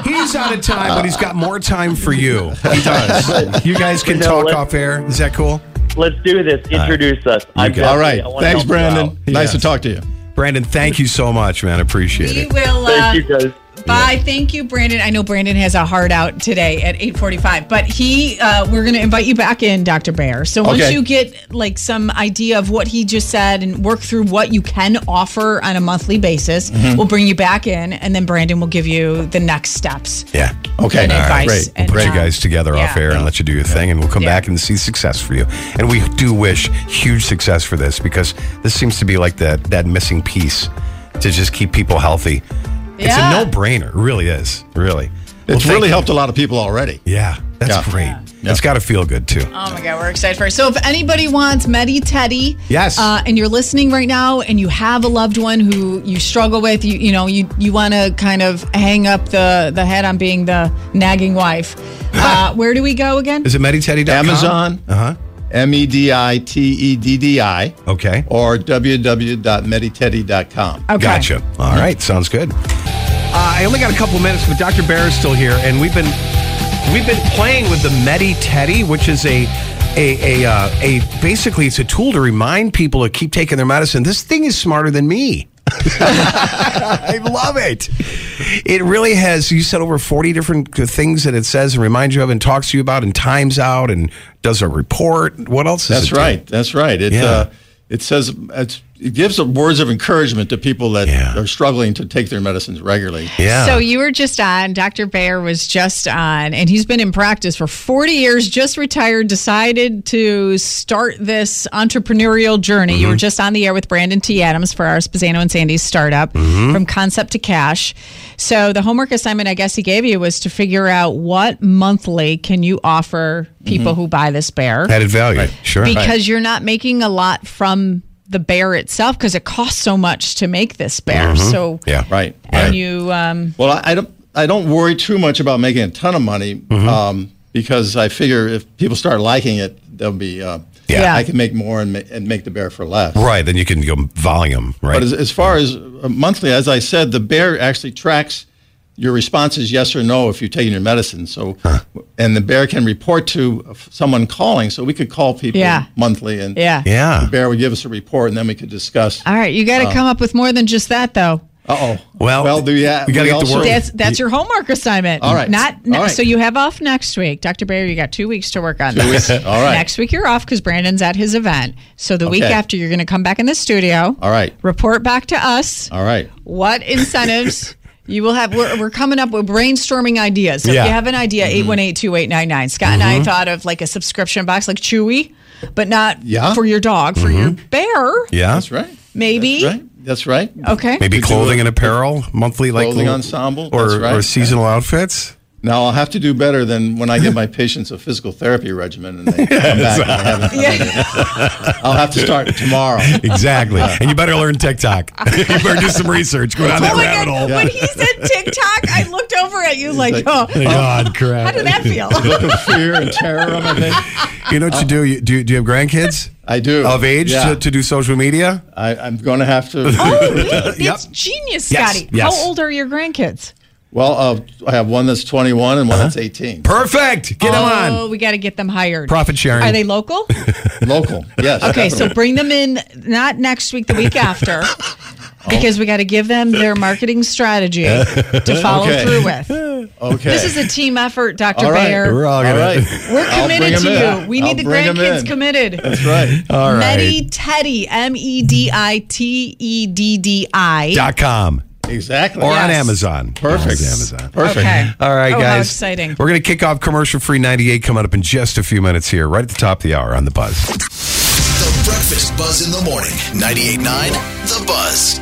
[SPEAKER 2] He's out of time, but he's got more time for you. He does. you guys can talk off air. Is that cool?
[SPEAKER 11] Let's do this. Introduce us. I'm
[SPEAKER 2] got it.
[SPEAKER 11] definitely- I wanna help you out.
[SPEAKER 2] Nice to
[SPEAKER 10] talk to you.
[SPEAKER 2] Brandon, thank you so much, man. I appreciate
[SPEAKER 3] We
[SPEAKER 2] it.
[SPEAKER 3] will. Uh,
[SPEAKER 11] guys.
[SPEAKER 3] Bye. Thank you, Brandon. I know Brandon has a hard out today at 8:45, but he uh, we're going to invite you back in, Dr. Bear. So once
[SPEAKER 10] Okay.
[SPEAKER 3] you get like some idea of what he just said and work through what you can offer on a monthly basis,
[SPEAKER 10] Mhm.
[SPEAKER 3] we'll bring you back in, and then Brandon will give you the next steps.
[SPEAKER 2] Yeah.
[SPEAKER 3] Okay. And advice
[SPEAKER 2] Great. We'll
[SPEAKER 3] and,
[SPEAKER 2] put you
[SPEAKER 3] um,
[SPEAKER 2] guys together
[SPEAKER 3] yeah.
[SPEAKER 2] off air and let you do your thing, and we'll come back and see success for you. And we do wish huge success for this because this seems to be like that that missing piece to just keep people healthy. It's
[SPEAKER 10] Yeah.
[SPEAKER 2] a no brainer. It really is. Really.
[SPEAKER 10] It's really helped a lot of people already.
[SPEAKER 2] Yeah. That's
[SPEAKER 10] Yeah.
[SPEAKER 2] great. It's got to feel good too.
[SPEAKER 3] Oh my God, we're excited for it. So, if anybody wants Medi Teddy,
[SPEAKER 2] Yes.
[SPEAKER 3] uh, and you're listening right now, and you have a loved one who you struggle with, you you know you you want to kind of hang up the the head on being the nagging wife. Uh, where do we go again?
[SPEAKER 2] Is it mediteddy.com?
[SPEAKER 10] Amazon.
[SPEAKER 2] Uh huh.
[SPEAKER 10] M E D I T E D D I.
[SPEAKER 2] Okay.
[SPEAKER 10] Or www.mediteddy.com.
[SPEAKER 3] Okay.
[SPEAKER 2] Gotcha. All right. Sounds good. Uh, I only got a couple minutes, but Dr. Bear is still here, and we've been we've been playing with the Medi Teddy, which is a a a, uh, a basically it's a tool to remind people to keep taking their medicine. This thing is smarter than me. I love it. It really has. You said over forty different things that it says and reminds you of, and talks to you about, and times out, and does a report. What else? Does
[SPEAKER 10] That's
[SPEAKER 2] it do?
[SPEAKER 10] right. That's right. It,
[SPEAKER 2] Yeah.
[SPEAKER 10] uh, it says it's, it gives words of encouragement to people that are struggling to take their medicines regularly.
[SPEAKER 3] So you were just on, Dr. Bayer was just on, and he's been in practice for 40 years, just retired, decided to start this entrepreneurial journey. You were
[SPEAKER 2] Mm-hmm.
[SPEAKER 3] just on the air with Brandon T. Adams for our Spazano and Sandy's startup
[SPEAKER 2] Mm-hmm.
[SPEAKER 12] Mhm.
[SPEAKER 3] from concept to cash. So the homework assignment I guess he gave you was to figure out what monthly can you offer people
[SPEAKER 2] Mhm.
[SPEAKER 3] who buy this bear
[SPEAKER 2] Added value. Sure.
[SPEAKER 3] because you're not making a lot from the bear itself because it costs so much to make this bear.
[SPEAKER 2] Mm-hmm.
[SPEAKER 10] Mhm.
[SPEAKER 3] So
[SPEAKER 2] yeah,
[SPEAKER 10] right.
[SPEAKER 3] and you um
[SPEAKER 10] Well, I, I don't. I don't worry too much about making a ton of money
[SPEAKER 2] Mm-hmm.
[SPEAKER 10] um, because I figure if people start liking it, they'll be. Uh,
[SPEAKER 2] Yeah. Yeah.
[SPEAKER 10] I can make more and, ma- and make the bear for less.
[SPEAKER 2] Right. Then you can go volume. Right.
[SPEAKER 10] But as, as far as uh, monthly, as I said, the bear actually tracks your responses yes or no if you've taken your medicine. So, and the bear can report to uh, someone calling. So we could call people
[SPEAKER 3] Yeah.
[SPEAKER 10] monthly, and
[SPEAKER 3] Yeah.
[SPEAKER 2] Yeah.
[SPEAKER 10] the bear would give us a report, and then we could discuss.
[SPEAKER 3] All right, you got to
[SPEAKER 10] Uh,
[SPEAKER 3] come up with more than just that, though.
[SPEAKER 10] Uh oh.
[SPEAKER 2] Well,
[SPEAKER 10] well, do yeah,
[SPEAKER 2] we gotta get to work.
[SPEAKER 3] That's that's your homework assignment.
[SPEAKER 10] All right.
[SPEAKER 3] Not
[SPEAKER 10] All right.
[SPEAKER 3] so you have off next week, Dr. Bayer. You got two weeks to work on
[SPEAKER 10] Two
[SPEAKER 3] this.
[SPEAKER 10] weeks. All right.
[SPEAKER 3] Next week you're off because Brandon's at his event. So the week
[SPEAKER 10] Okay.
[SPEAKER 3] after you're going to come back in the studio,
[SPEAKER 10] All right.
[SPEAKER 3] report back to us
[SPEAKER 10] All right.
[SPEAKER 3] what incentives. You will have, we're, we're coming up with brainstorming ideas. So
[SPEAKER 10] Yeah. Mm-hmm.
[SPEAKER 3] if you have an idea, 818 2899. Scott and I
[SPEAKER 10] Mhm.
[SPEAKER 3] thought of like a subscription box, like Chewy, but not
[SPEAKER 10] Yeah.
[SPEAKER 3] for your dog, for
[SPEAKER 2] Mm-hmm.
[SPEAKER 3] your bear,
[SPEAKER 2] Yeah.
[SPEAKER 10] That's right.
[SPEAKER 3] maybe.
[SPEAKER 10] That's right. That's right.
[SPEAKER 3] Okay.
[SPEAKER 2] Maybe
[SPEAKER 10] Could do
[SPEAKER 2] clothing
[SPEAKER 10] a-
[SPEAKER 2] and apparel monthly, like
[SPEAKER 10] Clothing
[SPEAKER 2] l-
[SPEAKER 10] ensemble,
[SPEAKER 2] or,
[SPEAKER 10] that's right.
[SPEAKER 2] or seasonal outfits.
[SPEAKER 10] Now I'll have to do better than when I give my patients a physical therapy regimen and they come back and I haven't done it. I'll have to start tomorrow.
[SPEAKER 2] Exactly, and you better learn TikTok. you better do some research. Go down
[SPEAKER 3] Oh
[SPEAKER 2] that
[SPEAKER 3] my
[SPEAKER 2] rabbit
[SPEAKER 3] God,
[SPEAKER 2] hole.
[SPEAKER 3] When he said TikTok, I looked over at you like, oh,
[SPEAKER 2] Oh, God, crap.
[SPEAKER 3] How did that feel?
[SPEAKER 10] Look of fear and terror on my face. Uh,
[SPEAKER 2] You know what you do? You, do, you- do you have grandkids?
[SPEAKER 10] I do.
[SPEAKER 2] Of age
[SPEAKER 10] Yeah.
[SPEAKER 2] to, to do social media?
[SPEAKER 10] I, I'm going to have to.
[SPEAKER 3] Oh, wait, that's genius,
[SPEAKER 10] Yes,
[SPEAKER 3] Scotty.
[SPEAKER 10] yes.
[SPEAKER 3] How old are your grandkids?
[SPEAKER 10] Well, uh, I have one that's 21 and one that's 18.
[SPEAKER 2] Uh-huh. Perfect.
[SPEAKER 3] oh, we got to get them hired.
[SPEAKER 10] Profit sharing.
[SPEAKER 3] Are they local?
[SPEAKER 10] Local. Yes.
[SPEAKER 3] Okay, so
[SPEAKER 10] definitely.
[SPEAKER 3] bring them in not next week, the week after,
[SPEAKER 2] Oh.
[SPEAKER 3] because we got to give them their marketing strategy to follow
[SPEAKER 10] Okay.
[SPEAKER 3] through with.
[SPEAKER 10] Okay.
[SPEAKER 3] This is a team effort, Dr.
[SPEAKER 10] All right.
[SPEAKER 3] Bayer.
[SPEAKER 2] We're all gonna-
[SPEAKER 3] We're
[SPEAKER 10] I'll bring
[SPEAKER 3] committed
[SPEAKER 10] 'em
[SPEAKER 3] to
[SPEAKER 10] in.
[SPEAKER 3] you. We
[SPEAKER 10] I'll
[SPEAKER 3] need the
[SPEAKER 10] bring 'em
[SPEAKER 3] grandkids
[SPEAKER 10] in.
[SPEAKER 3] committed.
[SPEAKER 10] That's right.
[SPEAKER 2] All right.
[SPEAKER 3] Medi Teddy, M E D I T E D D I.
[SPEAKER 2] Dot com.
[SPEAKER 10] Exactly.
[SPEAKER 2] Or on
[SPEAKER 10] Yes.
[SPEAKER 2] Amazon.
[SPEAKER 10] Perfect.
[SPEAKER 2] Or on Amazon.
[SPEAKER 10] Perfect. Okay.
[SPEAKER 2] All right,
[SPEAKER 10] Oh, how
[SPEAKER 2] guys.
[SPEAKER 10] exciting.
[SPEAKER 2] We're going to kick off commercial free 98 coming up in just a few minutes here, right at the top of the hour on The Buzz.
[SPEAKER 12] The Breakfast Buzz in the morning. 98.9 The Buzz.